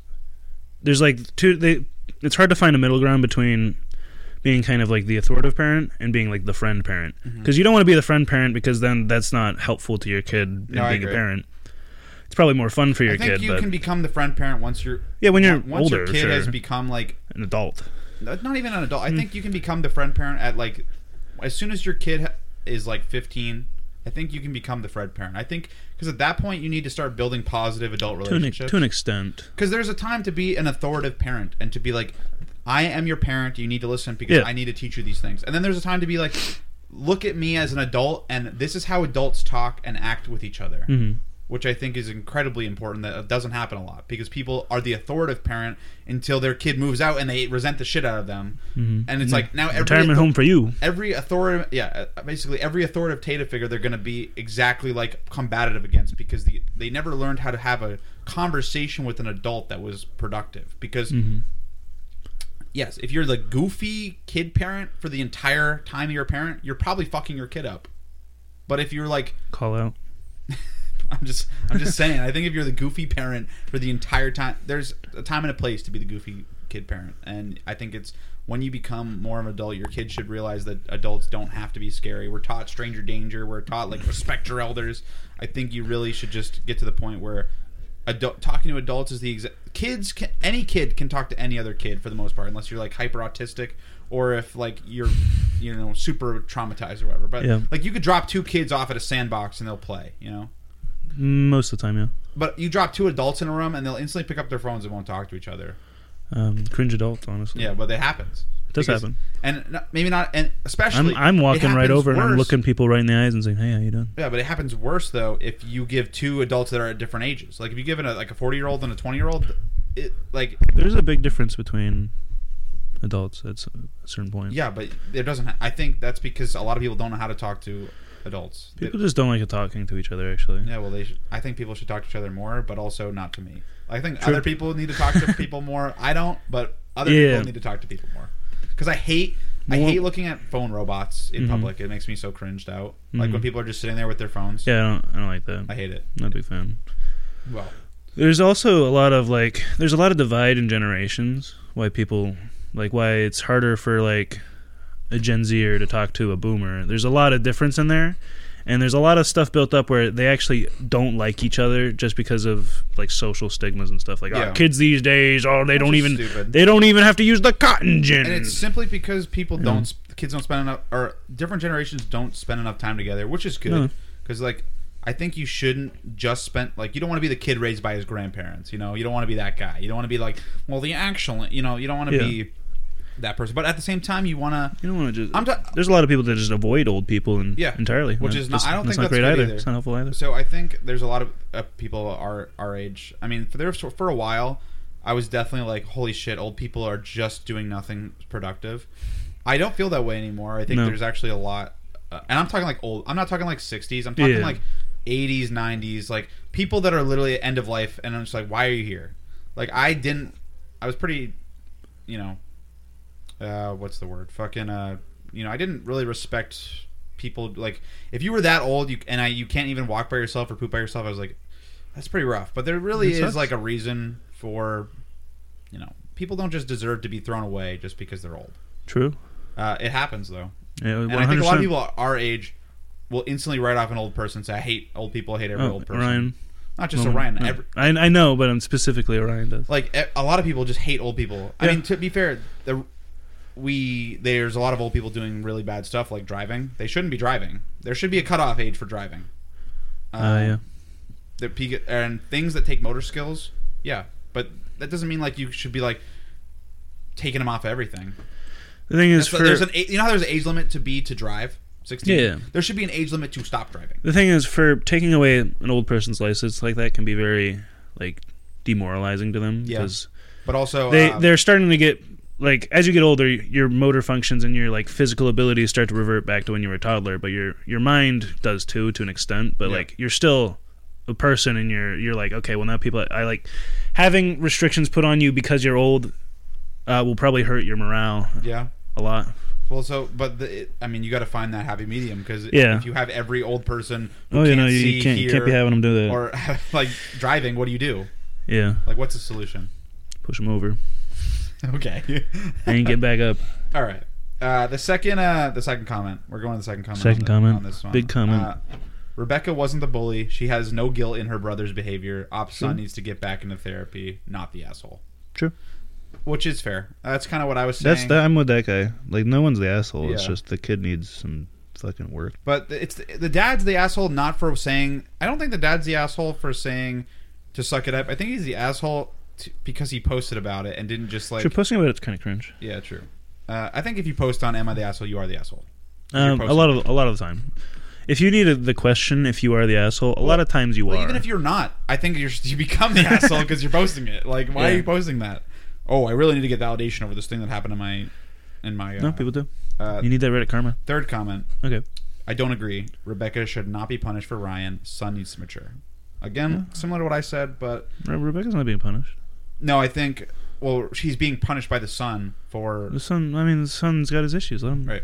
Speaker 2: there's like two they it's hard to find a middle ground between being kind of like the authoritative parent and being like the friend parent because
Speaker 1: Mm-hmm.
Speaker 2: you don't want to be the friend parent because then that's not helpful to your kid in
Speaker 1: No, I
Speaker 2: being a
Speaker 1: agree.
Speaker 2: parent it's probably more fun for your
Speaker 1: i think
Speaker 2: kid
Speaker 1: you
Speaker 2: but
Speaker 1: can become the friend parent once you're
Speaker 2: Yeah, when you're
Speaker 1: once
Speaker 2: older,
Speaker 1: your kid
Speaker 2: sure.
Speaker 1: has become like
Speaker 2: an adult.
Speaker 1: not even an adult. I think you can become the friend parent at like as soon as your kid ha- is like 15. I think you can become the friend parent. I think because at that point you need to start building positive adult
Speaker 2: To an,
Speaker 1: relationships.
Speaker 2: to an extent.
Speaker 1: Because there's a time to be an authoritative parent and to be like, I am your parent. You need to listen because
Speaker 2: Yeah.
Speaker 1: I need to teach you these things. And then there's a time to be like, look at me as an adult, and this is how adults talk and act with each other.
Speaker 2: Mm-hmm.
Speaker 1: Which I think is incredibly important. That doesn't happen a lot because people are the authoritative parent until their kid moves out and they resent the shit out of them. And it's like now every
Speaker 2: Mm-hmm. Retirement home for you.
Speaker 1: every authority yeah uh, basically every authoritative figure they're going to be exactly like combative against because the, they never learned how to have a conversation with an adult that was productive because yes if you're the goofy kid parent for the entire time you're a parent you're probably fucking your kid up but if you're like
Speaker 2: Call out.
Speaker 1: <laughs> i'm just i'm just saying i think if you're the goofy parent for the entire time there's a time and a place to be the goofy kid parent and i think it's when you become more of an adult your kids should realize that adults don't have to be scary we're taught stranger danger we're taught like respect your elders i think you really should just get to the point where adult talking to adults is the exact kids can, any kid can talk to any other kid for the most part unless you're like hyper autistic or if like you're you know super traumatized or whatever but
Speaker 2: Yeah.
Speaker 1: like you could drop two kids off at a sandbox and they'll play you know
Speaker 2: Most of the time, yeah.
Speaker 1: but you drop two adults in a room and they'll instantly pick up their phones and won't talk to each other.
Speaker 2: Um, cringe adult, honestly.
Speaker 1: Yeah, but it happens. It
Speaker 2: does happen.
Speaker 1: And no- maybe not, and especially.
Speaker 2: I'm, I'm
Speaker 1: it
Speaker 2: walking right
Speaker 1: happens
Speaker 2: over and I'm
Speaker 1: worse-
Speaker 2: looking people right in the eyes and saying, hey, how you doing?
Speaker 1: Yeah, but it happens worse, though, if you give two adults that are at different ages. Like, if you give it a, like a 40 year old and a 20 year old, it, like,
Speaker 2: There's a big difference between adults at s- a certain point.
Speaker 1: yeah, but it doesn't. Ha- I think that's because a lot of people don't know how to talk to adults. They-
Speaker 2: People just don't like talking to each other, actually.
Speaker 1: yeah, well, they should, I think people should talk to each other more, but also not to me. I think
Speaker 2: True.
Speaker 1: other people need to talk
Speaker 2: <laughs>
Speaker 1: to people more. I don't, but other
Speaker 2: Yeah.
Speaker 1: people need to talk to people more because I hate I
Speaker 2: Well- Mm-hmm.
Speaker 1: hate looking at phone robots in public. It makes me so cringed out. Like when people are just sitting there with their phones.
Speaker 2: Yeah, I don't, I don't like that.
Speaker 1: I hate it.
Speaker 2: not a big fan.
Speaker 1: Well,
Speaker 2: There's also a lot of like there's a lot of divide in generations why people like why it's harder for like a Gen Zer to talk to a boomer. There's a lot of difference in there. And there's a lot of stuff built up where they actually don't like each other just because of like social stigmas and stuff like
Speaker 1: Yeah.
Speaker 2: oh, kids these days oh they don't
Speaker 1: is
Speaker 2: even
Speaker 1: stupid.
Speaker 2: they don't even have to use the cotton gin.
Speaker 1: and it's simply because people don't sp- kids don't spend enough or different generations don't spend enough time together, which is
Speaker 2: No.
Speaker 1: good because like I think you shouldn't just spend like you don't want to be the kid raised by his grandparents. You know, you don't want to be that guy. You don't want to be like well the actual. You know, you don't want to
Speaker 2: Yeah.
Speaker 1: be that person. But at the same time, you want to.
Speaker 2: You don't want to just.
Speaker 1: I'm ta-
Speaker 2: there's a lot of people that just avoid old people and
Speaker 1: Yeah.
Speaker 2: entirely,
Speaker 1: Which
Speaker 2: That's-
Speaker 1: is not- I don't
Speaker 2: that's
Speaker 1: think that's
Speaker 2: not great
Speaker 1: good
Speaker 2: either.
Speaker 1: either.
Speaker 2: It's not helpful either.
Speaker 1: So I think there's a lot of uh, people our our age. I mean, for there was- for a while, I was definitely like, "Holy shit, old people are just doing nothing productive." I don't feel that way anymore. I think
Speaker 2: No.
Speaker 1: there's actually a lot, uh, and I'm talking like old. I'm not talking like 60s. I'm talking
Speaker 2: Yeah.
Speaker 1: like 80s, 90s, like people that are literally at end of life, and I'm just like, "Why are you here?" Like I didn't. I was pretty, you know, uh, what's the word? Fucking, uh, you know, I didn't really respect people. Like, if you were that old, you and I, you can't even walk by yourself or poop by yourself. I was like, that's pretty rough. But there really
Speaker 2: That
Speaker 1: is
Speaker 2: sucks.
Speaker 1: like a reason for, you know, people don't just deserve to be thrown away just because they're old.
Speaker 2: True.
Speaker 1: Uh, it happens though,
Speaker 2: Yeah,
Speaker 1: and I think a lot of people our age will instantly write off an old person. and Say, I hate old people. I hate every
Speaker 2: Oh,
Speaker 1: old person.
Speaker 2: Ryan.
Speaker 1: Not just
Speaker 2: Norman.
Speaker 1: Orion.
Speaker 2: No.
Speaker 1: Every,
Speaker 2: I, I know, but I'm specifically Orion does.
Speaker 1: like e- a lot of people just hate old people. I
Speaker 2: Yeah.
Speaker 1: mean, to be fair, the we there's a lot of old people doing really bad stuff like driving. They shouldn't be driving. There should be a cutoff age for driving. Uh,
Speaker 2: Uh, yeah.
Speaker 1: The peak and things that take motor skills. Yeah, but that doesn't mean like you should be like taking them off everything.
Speaker 2: The thing is,
Speaker 1: That's
Speaker 2: for
Speaker 1: there's an a- you know how there's an age limit to be to drive. 16.
Speaker 2: Yeah.
Speaker 1: There should be an age limit to stop driving.
Speaker 2: the thing is for taking away an old person's license like that can be very like demoralizing to them
Speaker 1: Yeah.
Speaker 2: because
Speaker 1: But also
Speaker 2: they
Speaker 1: uh,
Speaker 2: they're starting to get like as you get older your motor functions and your like physical abilities start to revert back to when you were a toddler but your your mind does too to an extent but
Speaker 1: Yeah.
Speaker 2: like you're still a person and you're you're like okay well now people I like having restrictions put on you because you're old uh, will probably hurt your morale
Speaker 1: yeah.
Speaker 2: a lot
Speaker 1: Well, so but the, I mean, you got to find that happy medium because
Speaker 2: Yeah.
Speaker 1: if you have every old person who
Speaker 2: oh you
Speaker 1: can't
Speaker 2: know you,
Speaker 1: see,
Speaker 2: you can't you
Speaker 1: hear,
Speaker 2: can't be having them do that
Speaker 1: or <laughs> like driving, what do you do?
Speaker 2: yeah
Speaker 1: Like, what's the solution?
Speaker 2: push them over
Speaker 1: Okay,
Speaker 2: and get back up
Speaker 1: <laughs> all right. Uh, the second, uh, the second comment. We're going to the second comment. on
Speaker 2: Second
Speaker 1: the-
Speaker 2: comment.
Speaker 1: on this one.
Speaker 2: Big comment.
Speaker 1: Uh, Rebecca wasn't the bully. She has no guilt in her brother's behavior. Op's son needs to get back into therapy, not the asshole.
Speaker 2: True.
Speaker 1: Which is fair. That's kind of what I was saying.
Speaker 3: That's that. I'm with that guy. Like no one's the asshole. It's
Speaker 1: Yeah.
Speaker 3: just the kid needs some fucking work.
Speaker 1: But the- it's the, the dad's the asshole not for saying. I don't think the dad's the asshole for saying to suck it up. I think he's the asshole t- because he posted about it and didn't just like.
Speaker 2: True, posting about it's kind of cringe.
Speaker 1: Yeah, true. Uh, I think if you post on "Am I the asshole?" you are the asshole.
Speaker 2: Um, a
Speaker 1: posting
Speaker 2: lot of a lot of the time, if you needed the question, if you are the asshole, a lot of times you
Speaker 1: Well,
Speaker 2: are.
Speaker 1: even if you're not, I think you're, <laughs> you become the asshole because you're posting it. Like, why are
Speaker 2: Yeah.
Speaker 1: you posting that? Oh, I really need to get validation over this thing that happened in my in my. Uh,
Speaker 2: no, people do.
Speaker 1: uh,
Speaker 2: You need that Reddit karma.
Speaker 1: third comment.
Speaker 2: Okay,
Speaker 1: I don't agree. Rebecca should not be punished for Ryan. Son needs to mature. Again, similar to what I said, but
Speaker 2: Re- Rebecca's not being punished.
Speaker 1: No, I think. Well, she's being punished by the son for.
Speaker 2: The son, I mean, the son's got his issues. Let him.
Speaker 1: Right.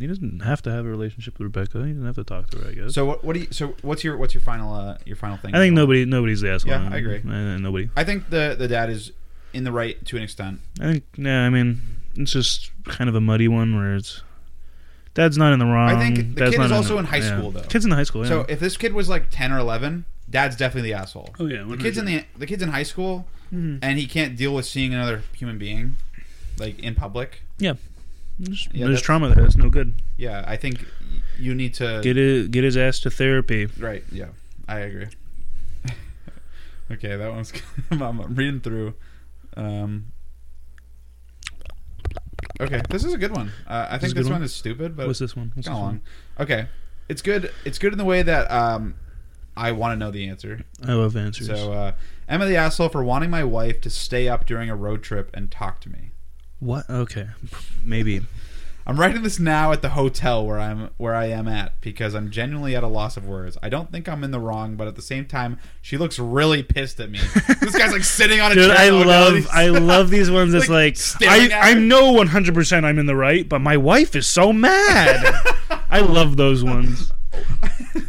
Speaker 2: He doesn't have to have a relationship with Rebecca. He doesn't have to talk to her. I guess.
Speaker 1: So what? What do you? So what's your what's your final uh, your final thing?
Speaker 2: I think nobody nobody's the asshole.
Speaker 1: Yeah, I agree.
Speaker 2: And, and nobody.
Speaker 1: I think the the dad is in the right to an extent.
Speaker 2: I think. Yeah, I mean, it's just kind of a muddy one where it's. Dad's not in the wrong.
Speaker 1: I think the
Speaker 2: Dad's
Speaker 1: kid
Speaker 2: not
Speaker 1: is
Speaker 2: the-
Speaker 1: also in high
Speaker 2: yeah.
Speaker 1: school, though.
Speaker 2: Kids in high school. Yeah.
Speaker 1: So if this kid was like ten or eleven, dad's definitely the asshole.
Speaker 2: oh yeah,
Speaker 1: The kids in the the kids in high school,
Speaker 2: Mm-hmm.
Speaker 1: and he can't deal with seeing another human being, like in public.
Speaker 2: yeah. There's,
Speaker 1: Yeah,
Speaker 2: there's
Speaker 1: that's-
Speaker 2: trauma there. It's no good.
Speaker 1: Yeah, I think y- you need to
Speaker 2: Get it. Get his ass to therapy.
Speaker 1: Right. Yeah, I agree. <laughs> okay, that one's. <laughs> I'm, I'm reading through. Um, okay, this is a good one. Uh, I
Speaker 2: This
Speaker 1: think
Speaker 2: is a good
Speaker 1: this one.
Speaker 2: one.
Speaker 1: is stupid, but
Speaker 2: What's this one? What's
Speaker 1: it's
Speaker 2: this
Speaker 1: kind of long.
Speaker 2: one?
Speaker 1: Okay, it's good. It's good in the way that um, I want to know the answer.
Speaker 2: I love Oh, answers.
Speaker 1: So, uh, Emma the asshole for wanting my wife to stay up during a road trip and talk to me.
Speaker 2: what? Okay,
Speaker 3: <laughs>
Speaker 2: maybe.
Speaker 1: I'm writing this now at the hotel where I'm where I am at because I'm genuinely at a loss of words. I don't think I'm in the wrong, but at the same time, she looks really pissed at me. this guy's like sitting on a
Speaker 2: <laughs> Dude,
Speaker 1: chair.
Speaker 2: I
Speaker 1: looking at
Speaker 2: love
Speaker 1: these-
Speaker 2: I love these
Speaker 3: <laughs>
Speaker 2: ones. It's
Speaker 1: Like,
Speaker 2: like,
Speaker 1: staring at
Speaker 2: I I
Speaker 1: her.
Speaker 2: know 100 percent I'm in the right, but my wife is so mad.
Speaker 3: <laughs>
Speaker 2: I love those ones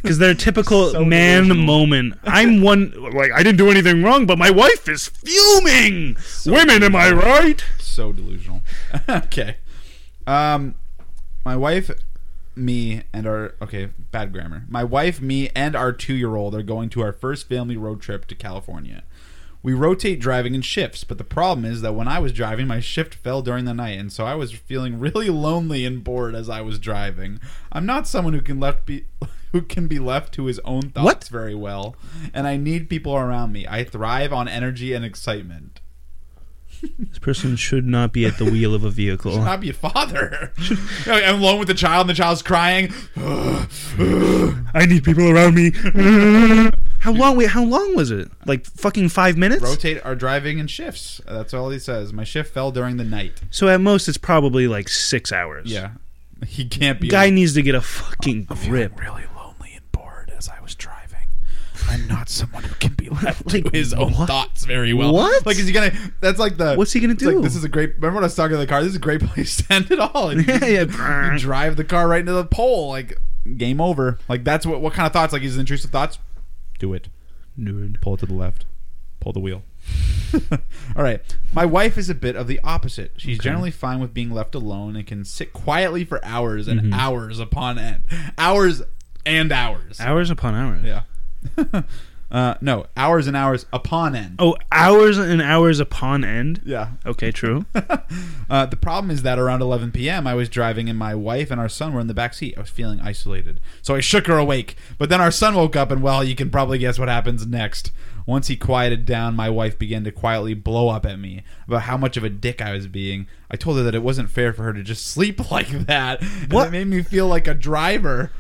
Speaker 2: because they're typical
Speaker 1: So
Speaker 2: man
Speaker 1: delusional.
Speaker 2: moment.
Speaker 3: <laughs>
Speaker 2: I'm one like I didn't do anything wrong, but my wife is fuming. Women, am I right?
Speaker 1: so delusional. <laughs> okay, um, my wife, me, and our okay bad grammar. My wife, me, and our two year old are going to our first family road trip to California. We rotate driving in shifts, but the problem is that when I was driving, my shift fell during the night, and so I was feeling really lonely and bored as I was driving. I'm not someone who can left be <laughs> who can be left to his own thoughts
Speaker 2: What?
Speaker 1: very well, and I need people around me. I thrive on energy and excitement.
Speaker 3: This person should not be at the wheel of a
Speaker 2: <laughs>
Speaker 3: vehicle.
Speaker 1: Not be a father. <laughs> I'm alone with the child, and the child's crying.
Speaker 2: I need people around me. <laughs> how long? Wait, how long was it? Like fucking five
Speaker 1: <sighs>
Speaker 2: minutes.
Speaker 1: Rotate our driving in shifts. That's all he says. My shift fell during the night.
Speaker 2: So at most, it's probably like six hours.
Speaker 1: Yeah, he can't be. <laughs>
Speaker 2: Guy needs to get a fucking grip.
Speaker 1: really lonely and bored as I was driving. I'm not someone who can be left
Speaker 2: Like,
Speaker 1: <laughs> to his own
Speaker 2: what?
Speaker 1: thoughts very well.
Speaker 2: What?
Speaker 1: Like, is he gonna? That's like the.
Speaker 2: What's he gonna
Speaker 1: it's like,
Speaker 2: do?
Speaker 1: this is a great. Remember when I was talking to the car? This is a great <laughs> place to end it all. <laughs> And
Speaker 2: Yeah, yeah.
Speaker 1: you drive the car right into the pole. Like, game over. Like, that's what. What kind of thoughts? Like, his intrusive thoughts. Do it.
Speaker 3: Nerd.
Speaker 1: Pull it to the left. <laughs> Pull the wheel. All right. My wife is a bit of the opposite. She's generally fine with being left alone and can sit quietly for hours and hours upon end. Hours and hours.
Speaker 2: Hours upon hours.
Speaker 1: yeah. <laughs> uh, no, hours and hours upon end.
Speaker 2: Oh, hours and hours upon end.
Speaker 1: Yeah.
Speaker 2: Okay, true.
Speaker 1: <laughs> Uh, the problem is that around 11 p.m., I was driving and my wife and our son were in the back seat. I was feeling isolated. So I shook her awake. But then our son woke up, and well, you can probably guess what happens next. Once he quieted down, my wife began to quietly blow up at me about how much of a dick I was being. I told her that it wasn't fair for her to just <laughs> sleep like that. And
Speaker 2: What?
Speaker 1: It made me feel like a driver.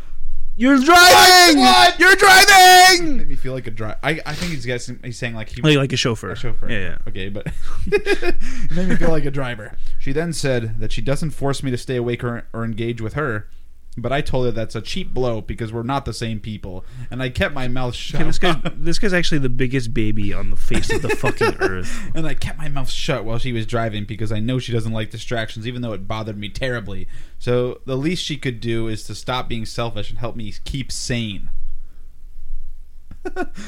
Speaker 2: You're driving.
Speaker 1: What?
Speaker 2: You're
Speaker 1: It
Speaker 2: driving.
Speaker 1: made me feel like a driver. I, I think he's, guessing, he's saying like he
Speaker 2: Like, like a chauffeur.
Speaker 1: a chauffeur.
Speaker 2: Yeah, yeah.
Speaker 1: Okay,
Speaker 2: <laughs>
Speaker 1: but it made me feel like a driver. She then said that she doesn't force me to stay awake or, or engage with her, but I told her that's a cheap blow because we're not the same people, and I kept my mouth shut.
Speaker 2: And this
Speaker 1: <laughs>
Speaker 2: guy, this guy's actually the biggest baby on the face of the fucking earth.
Speaker 1: and I kept my mouth shut while she was driving because I know she doesn't like distractions, even though it bothered me terribly. So the least she could do is to stop being selfish and help me keep sane. <laughs>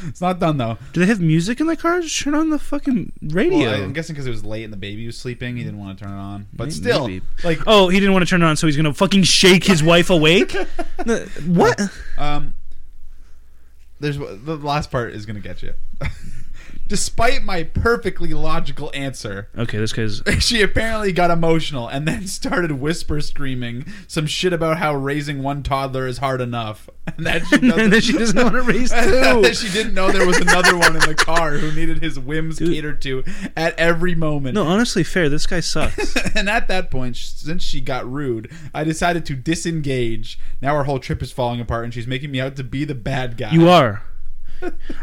Speaker 1: it's not done though.
Speaker 2: Do they have music in the car? Just turn on the fucking radio.
Speaker 1: Well, I'm guessing because it was late and the baby was sleeping, he didn't want to turn it on. But
Speaker 2: May-
Speaker 1: still,
Speaker 2: maybe.
Speaker 1: like
Speaker 2: Oh, he didn't want to turn it on, so he's gonna fucking shake his
Speaker 1: <laughs>
Speaker 2: wife awake. Uh, what?
Speaker 1: Um, there's the last part is gonna get you. <laughs> Despite my perfectly logical answer, <laughs>
Speaker 2: Okay, this guy's.
Speaker 1: she apparently got emotional and then <laughs> started whisper screaming some shit about how raising one toddler is hard enough, <laughs> and that she
Speaker 2: <laughs> and then
Speaker 1: doesn't.
Speaker 2: she doesn't want to raise
Speaker 1: and
Speaker 2: two.
Speaker 1: <laughs> that she didn't know there was another one in the car who needed his whims catered to at every moment.
Speaker 2: <laughs> No, honestly, fair. This guy sucks.
Speaker 1: <laughs> and at that point, sh- since she got rude, I decided to disengage. Now her whole trip is falling apart, and she's making me out to be the bad guy.
Speaker 2: You are.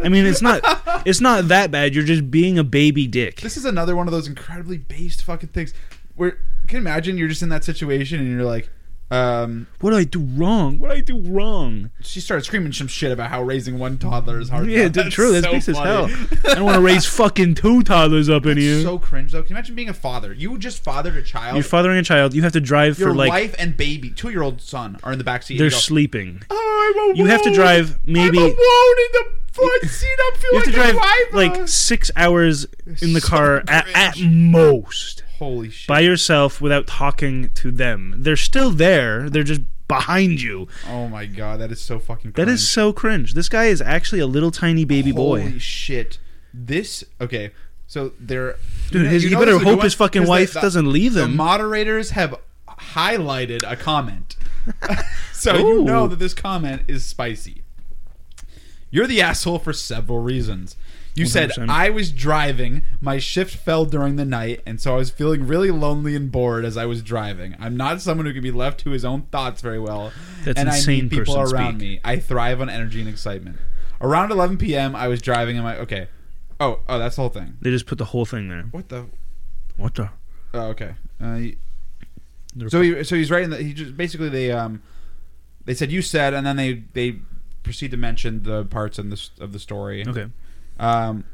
Speaker 2: I mean, it's not. It's not that bad. You're just being a baby dick.
Speaker 1: This is another one of those incredibly based fucking things where can you imagine you're just in that situation and you're like, um,
Speaker 2: What did I do wrong? What did I do wrong?
Speaker 1: she started screaming some shit about how raising one toddler is hard.
Speaker 2: Yeah,
Speaker 1: enough.
Speaker 2: dude, true. That's
Speaker 1: so
Speaker 2: piece as hell.
Speaker 1: funny.
Speaker 2: I don't want to raise fucking two toddlers up in you.
Speaker 1: so cringe though. Can you imagine being a father? You just fathered a child.
Speaker 2: You're fathering a child. You have to drive
Speaker 1: your
Speaker 2: for like
Speaker 1: wife and baby, two year old son, are in the backseat.
Speaker 2: they're
Speaker 1: and you go,
Speaker 2: sleeping.
Speaker 1: "Oh, I'm a
Speaker 2: You have to
Speaker 1: woman.
Speaker 2: drive maybe-
Speaker 1: I'm a woman in the front seat. I feel
Speaker 2: You
Speaker 1: like
Speaker 2: have to
Speaker 1: a
Speaker 2: drive
Speaker 1: driver.
Speaker 2: like six hours in the
Speaker 1: So
Speaker 2: car at, at
Speaker 1: cringe.
Speaker 2: most
Speaker 1: holy shit.
Speaker 2: by yourself without talking to them. They're still there. They're just behind you.
Speaker 1: oh my god, that is so fucking. Cringe.
Speaker 2: That is so cringe. This guy is actually a little tiny baby
Speaker 1: Holy
Speaker 2: boy.
Speaker 1: shit. This okay. So there
Speaker 2: Dude, his, you, better hope his fucking wife doesn't leave
Speaker 1: The
Speaker 2: him.
Speaker 1: moderators have highlighted a comment. <laughs> so
Speaker 2: Ooh.
Speaker 1: you know that this comment is spicy. You're the asshole for several reasons. You said
Speaker 2: 100%.
Speaker 1: I was driving, my shift fell during the night, and so I was feeling really lonely and bored as I was driving. I'm not someone who can be left to his own thoughts very well.
Speaker 2: That's
Speaker 1: and I
Speaker 2: insane
Speaker 1: need people
Speaker 2: person
Speaker 1: around
Speaker 2: speak.
Speaker 1: me. I thrive on energy and excitement. Around 11 p.m., I was driving and my okay. Oh, oh, that's the whole thing.
Speaker 2: They just put the whole thing there.
Speaker 1: What the?
Speaker 2: What the?
Speaker 1: Oh, okay. Uh, you-
Speaker 2: They're-
Speaker 1: so he, so he's right in the he just basically they um they said you said and then they they proceed to mention the parts in this of the story.
Speaker 2: Okay,
Speaker 1: Um,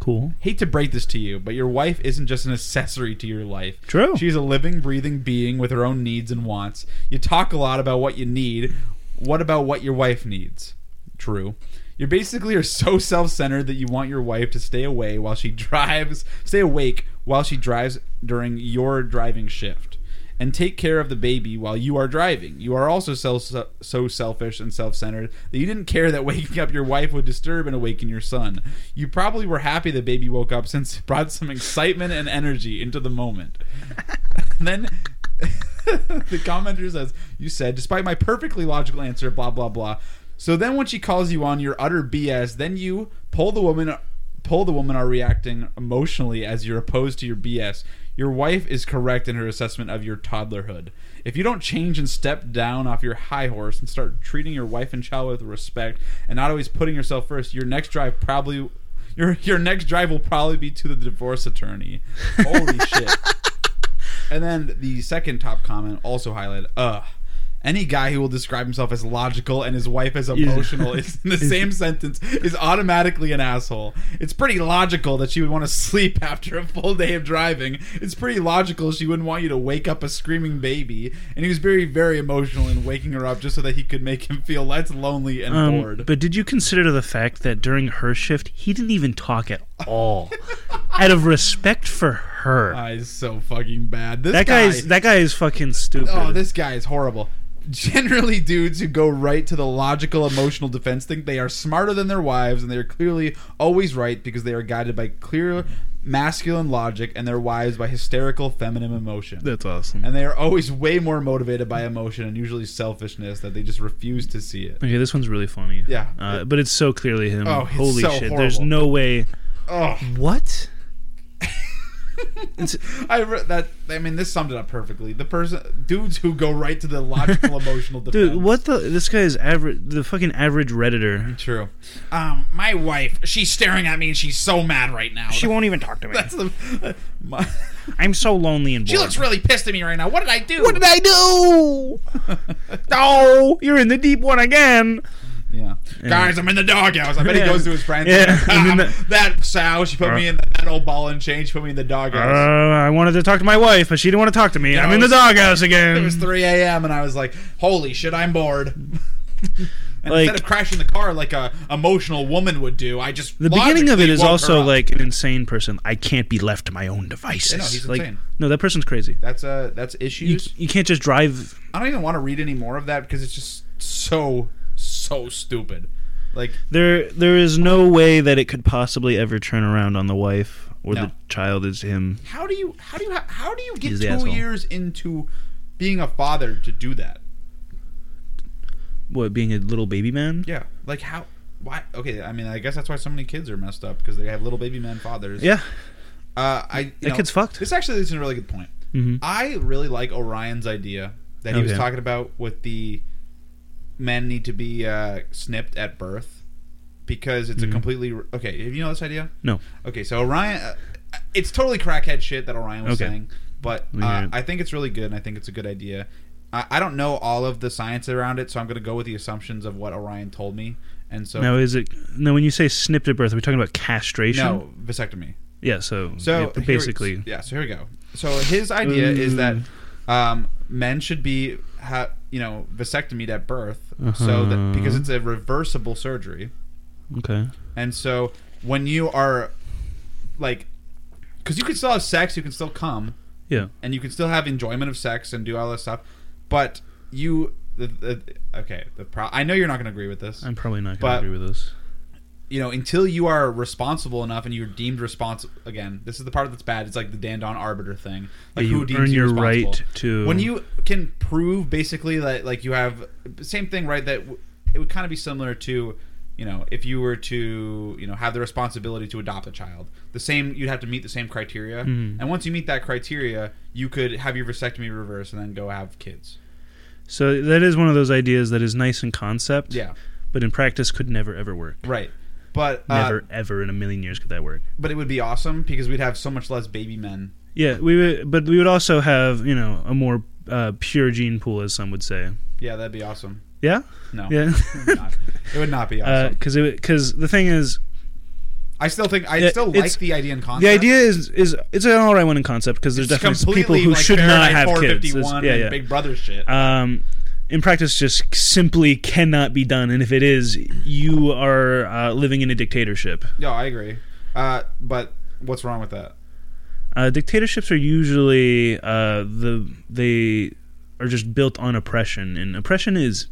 Speaker 2: cool.
Speaker 1: hate to break this to you, but your wife isn't just an accessory to your life.
Speaker 2: True.
Speaker 1: She's a living, breathing being with her own needs and wants. You talk a lot about what you need. What about what your wife needs? True. You basically are so self-centered that you want your wife to stay away while she <laughs> drives, stay awake while she drives during your driving shift. And take care of the baby while you are driving. You are also so, so selfish and self centered that you didn't care that <laughs> waking up your wife would disturb and awaken your son. You probably were happy the baby woke up since it brought some excitement and energy into the moment. And <laughs> then the commenter says, You said, despite my perfectly logical answer, blah, blah, blah. So then when she calls you on your utter BS, then you pull the woman Pull the woman are reacting emotionally as you're opposed to your BS. Your wife is correct in her assessment of your toddlerhood. If you don't change and step down off your high horse and start treating your wife and child with respect and not always putting yourself first, your next drive probably your your next drive will probably be to the divorce attorney. Holy shit. And then the second top comment also highlighted, ugh. Any guy who will describe himself as logical and his wife
Speaker 2: <laughs>
Speaker 1: as emotional is in the same sentence is automatically an asshole. It's pretty logical that she would want to sleep <laughs> after a full day of driving. It's pretty logical she wouldn't want you to wake up a screaming baby. And he was very, very emotional in waking her up just so that he could make him feel less lonely and
Speaker 2: Um,
Speaker 1: bored.
Speaker 2: but did you consider the fact that during her shift he didn't even talk at all, out of respect
Speaker 1: <laughs>
Speaker 2: for her?
Speaker 1: Ah, he's so fucking bad. This
Speaker 2: that
Speaker 1: guy
Speaker 2: guy's that guy is fucking stupid.
Speaker 1: Oh, this guy is horrible. Generally, dudes who go right to the logical, emotional defense think they are smarter than their wives, and they are clearly always right because they are guided by clear masculine logic, and their wives by hysterical feminine emotion.
Speaker 2: That's awesome.
Speaker 1: and they are always way more motivated by emotion and usually selfishness that they just refuse to see it.
Speaker 2: Okay, this one's really funny.
Speaker 1: Yeah.
Speaker 2: uh, but it's so clearly him.
Speaker 1: Oh, it's
Speaker 2: holy
Speaker 1: so
Speaker 2: shit! There's
Speaker 1: horrible.
Speaker 2: no way.
Speaker 1: Oh,
Speaker 2: What?
Speaker 1: I re- that. I mean, this summed it up perfectly. The person, dudes who go right to the
Speaker 2: <laughs>
Speaker 1: logical, emotional defense.
Speaker 2: Dude, what the? This guy is average. The fucking average redditor.
Speaker 1: True. Um, my wife, she's staring at me and she's so mad right now.
Speaker 2: She won't even talk to me.
Speaker 1: That's the. My,
Speaker 2: I'm so lonely and bored.
Speaker 1: she looks really pissed at me right now. What did I do?
Speaker 2: What did I <laughs> do? oh, you're in the deep one again.
Speaker 1: yeah. Guys, I'm in the doghouse. I bet he
Speaker 2: Yeah.
Speaker 1: goes to his friends. <laughs>
Speaker 2: Yeah.
Speaker 1: "Ah,
Speaker 2: And then the-
Speaker 1: that sow, she put me in the, that old ball and chain. She put me in the
Speaker 2: Uh,
Speaker 1: doghouse.
Speaker 2: I wanted to talk to my wife, but she didn't want to talk to me. I'm in the doghouse
Speaker 1: it
Speaker 2: again.
Speaker 1: was 3 a.m. and I was like, holy shit, I'm bored. <laughs> and
Speaker 2: Like-
Speaker 1: instead of crashing the car like a emotional woman would do, I just
Speaker 2: the beginning of it
Speaker 1: logically
Speaker 2: is
Speaker 1: woke her
Speaker 2: also
Speaker 1: up.
Speaker 2: like an insane person. I can't be left to my own devices.
Speaker 1: no, he's
Speaker 2: like,
Speaker 1: insane.
Speaker 2: no, that person's crazy.
Speaker 1: that's uh that's
Speaker 2: You,
Speaker 1: issues.
Speaker 2: you can't just drive.
Speaker 1: I don't even want to read any more of that because it's just so so stupid. Like
Speaker 2: There,
Speaker 3: There is no way that it could possibly ever turn around on the wife or
Speaker 1: No.
Speaker 3: the child is him.
Speaker 1: how do you how do you how do you get
Speaker 3: He's
Speaker 1: two
Speaker 3: the asshole.
Speaker 1: years into being a father to do that?
Speaker 3: What, being a little baby man?
Speaker 1: Yeah, like how why? Okay, I mean, I guess that's why so many kids are messed up because they have little baby man fathers.
Speaker 3: Yeah.
Speaker 1: uh, I you
Speaker 3: That
Speaker 1: know,
Speaker 3: kid's fucked. Mm-hmm.
Speaker 1: This actually is a really good point. I really like Orion's idea that he was
Speaker 3: Okay.
Speaker 1: talking about with the men need to be uh, snipped at birth because it's
Speaker 3: Mm-hmm.
Speaker 1: a completely okay. Have you know this idea?
Speaker 3: No.
Speaker 1: Okay, so Orion, uh, it's totally crackhead shit that Orion was
Speaker 3: Okay.
Speaker 1: saying, but
Speaker 3: Let me hear
Speaker 1: uh,
Speaker 3: it.
Speaker 1: I think it's really good and I think it's a good idea. I, I don't know all of the science around it, so I'm going to go with the assumptions of what Orion told me. And so,
Speaker 2: now is it? No, when you say snipped at birth, are we talking about castration?
Speaker 1: no vasectomy.
Speaker 2: Yeah. So,
Speaker 1: So
Speaker 2: yeah,
Speaker 1: here-
Speaker 2: basically,
Speaker 1: yeah. So here we go. So his idea is that um, men should be, ha- you know, vasectomied at birth, so that because it's a reversible surgery.
Speaker 3: Okay.
Speaker 1: And so when you are like, because you can still have sex, you can still come,
Speaker 2: yeah.
Speaker 1: and you can still have enjoyment of sex and do all this stuff, but you, the, the, okay, the pro- I know you're not going to agree with this.
Speaker 2: I'm probably not
Speaker 1: But-
Speaker 2: going to agree with this.
Speaker 1: you know, until you are responsible enough and you're deemed responsible. Again, this is the part that's bad. It's like the Dandon arbiter thing. Like
Speaker 2: Yeah, you earn your right to-
Speaker 1: when you can prove basically that like you have same thing, right? That w- it would kind of be similar to. You know, if you were to, you know, have the responsibility to adopt a child, the same you'd have to meet the same criteria.
Speaker 2: Mm-hmm.
Speaker 1: And once you meet that criteria, you could have your vasectomy reversed and then go have kids.
Speaker 2: So that is one of those ideas that is nice in concept,
Speaker 1: Yeah,
Speaker 2: but in practice could never ever work.
Speaker 1: right. But uh,
Speaker 2: Never ever in a million years could that work.
Speaker 1: but it would be awesome because we'd have so much less baby men.
Speaker 2: Yeah, we would, but we would also have you know a more uh, pure gene pool, as some would say.
Speaker 1: Yeah, that'd be awesome.
Speaker 2: Yeah,
Speaker 1: No.
Speaker 2: <laughs> yeah,
Speaker 1: It would not. It would not
Speaker 2: <laughs> Uh,
Speaker 1: be awesome.
Speaker 2: because because the thing is,
Speaker 1: I still think I
Speaker 2: it-
Speaker 1: still
Speaker 2: it's-
Speaker 1: like the idea and concept.
Speaker 2: the idea is is it's an all right one in concept because there's
Speaker 1: It's
Speaker 2: definitely people who
Speaker 1: like
Speaker 2: should not
Speaker 1: Fahrenheit
Speaker 2: have kids. It's-
Speaker 1: 451
Speaker 2: Yeah,
Speaker 1: and
Speaker 2: yeah.
Speaker 1: Big Brother shit.
Speaker 2: um, in practice, just simply cannot be done, and if it is, you are uh, living in a dictatorship.
Speaker 1: no, I agree. Uh, but what's wrong with that?
Speaker 2: Uh, dictatorships are usually uh, the they are just built on oppression, and oppression is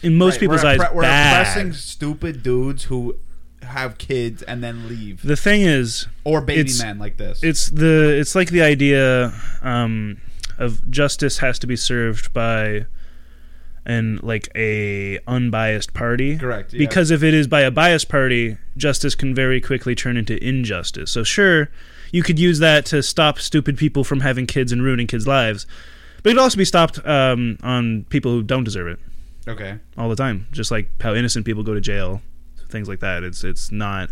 Speaker 2: in most
Speaker 1: Right,
Speaker 2: people's
Speaker 1: we're
Speaker 2: eyes
Speaker 1: oppre- we're
Speaker 2: bad.
Speaker 1: oppressing stupid dudes who have kids and then leave,
Speaker 2: The thing is,
Speaker 1: or baby
Speaker 2: it's-
Speaker 1: men like this.
Speaker 2: it's the it's like the idea um, of justice has to be served by and like a unbiased party.
Speaker 1: Correct, yeah.
Speaker 2: Because if it is by a biased party, justice can very quickly turn into injustice. So sure, you could use that to stop stupid people from having kids and ruining kids' lives, but it could also be stopped um, on people who don't deserve it
Speaker 1: Okay.
Speaker 2: all the time. Just like how innocent people go to jail, things like that. It's it's not.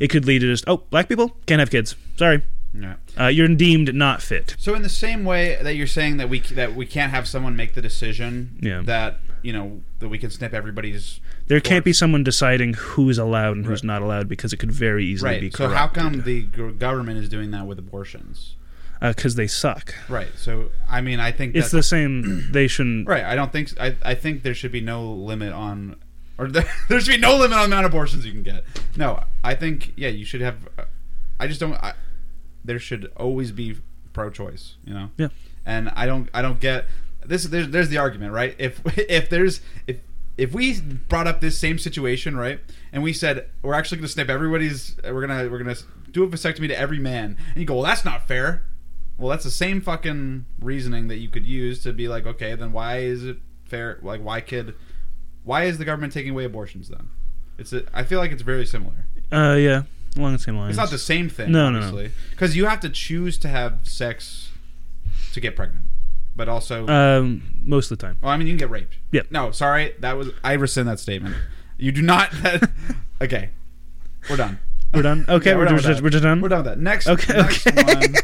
Speaker 2: It could lead to just oh, black people can't have kids. Sorry,
Speaker 1: Yeah.
Speaker 2: uh, you're deemed not fit.
Speaker 1: So in the same way that you're saying that we that we can't have someone make the decision
Speaker 2: Yeah.
Speaker 1: that you know that we can snip everybody's
Speaker 2: There can't
Speaker 1: Or-
Speaker 2: be someone deciding who's allowed and who's
Speaker 1: Right.
Speaker 2: not allowed because it could very easily be
Speaker 1: right. So
Speaker 2: corrupt.
Speaker 1: how come the g- government is doing that with abortions?
Speaker 2: Because Uh, they suck.
Speaker 1: Right. So I mean, I think
Speaker 2: It's
Speaker 1: that's
Speaker 2: the
Speaker 1: <clears throat>
Speaker 2: same. They shouldn't.
Speaker 1: right. I don't think I I think there should be no limit on or <laughs> there, there should be no limit on the amount of abortions you can get. No, I think yeah, you should have. I just don't. I, there should always be pro-choice. You know.
Speaker 2: Yeah.
Speaker 1: and I don't I don't get this. There's, there's the argument, right? If <laughs> if there's if if we brought up this same situation, right, and we said we're actually going to snip everybody's, we're gonna we're gonna do a vasectomy to every man, and you go, well, that's not fair. Well, that's the same fucking reasoning that you could use to be like, okay, then why is it fair? Like, why could why is the government taking away abortions then? It's a, I feel like it's very similar.
Speaker 2: Uh, yeah, along the same lines.
Speaker 1: It's not the same thing.
Speaker 2: No,
Speaker 1: No,
Speaker 2: no, no.
Speaker 1: obviously. Because you have to choose to have sex to get pregnant, but also,
Speaker 2: Um, most of the time.
Speaker 1: well, I mean, you can get raped.
Speaker 2: Yeah.
Speaker 1: No, sorry, that was I rescind that statement. You do not. <laughs> That, okay, we're done. <laughs>
Speaker 2: We're done. Okay,
Speaker 1: Yeah,
Speaker 2: we're, just,
Speaker 1: with that.
Speaker 2: we're just done.
Speaker 1: We're done with that. Next.
Speaker 2: Okay,
Speaker 1: Next
Speaker 2: okay.
Speaker 1: one.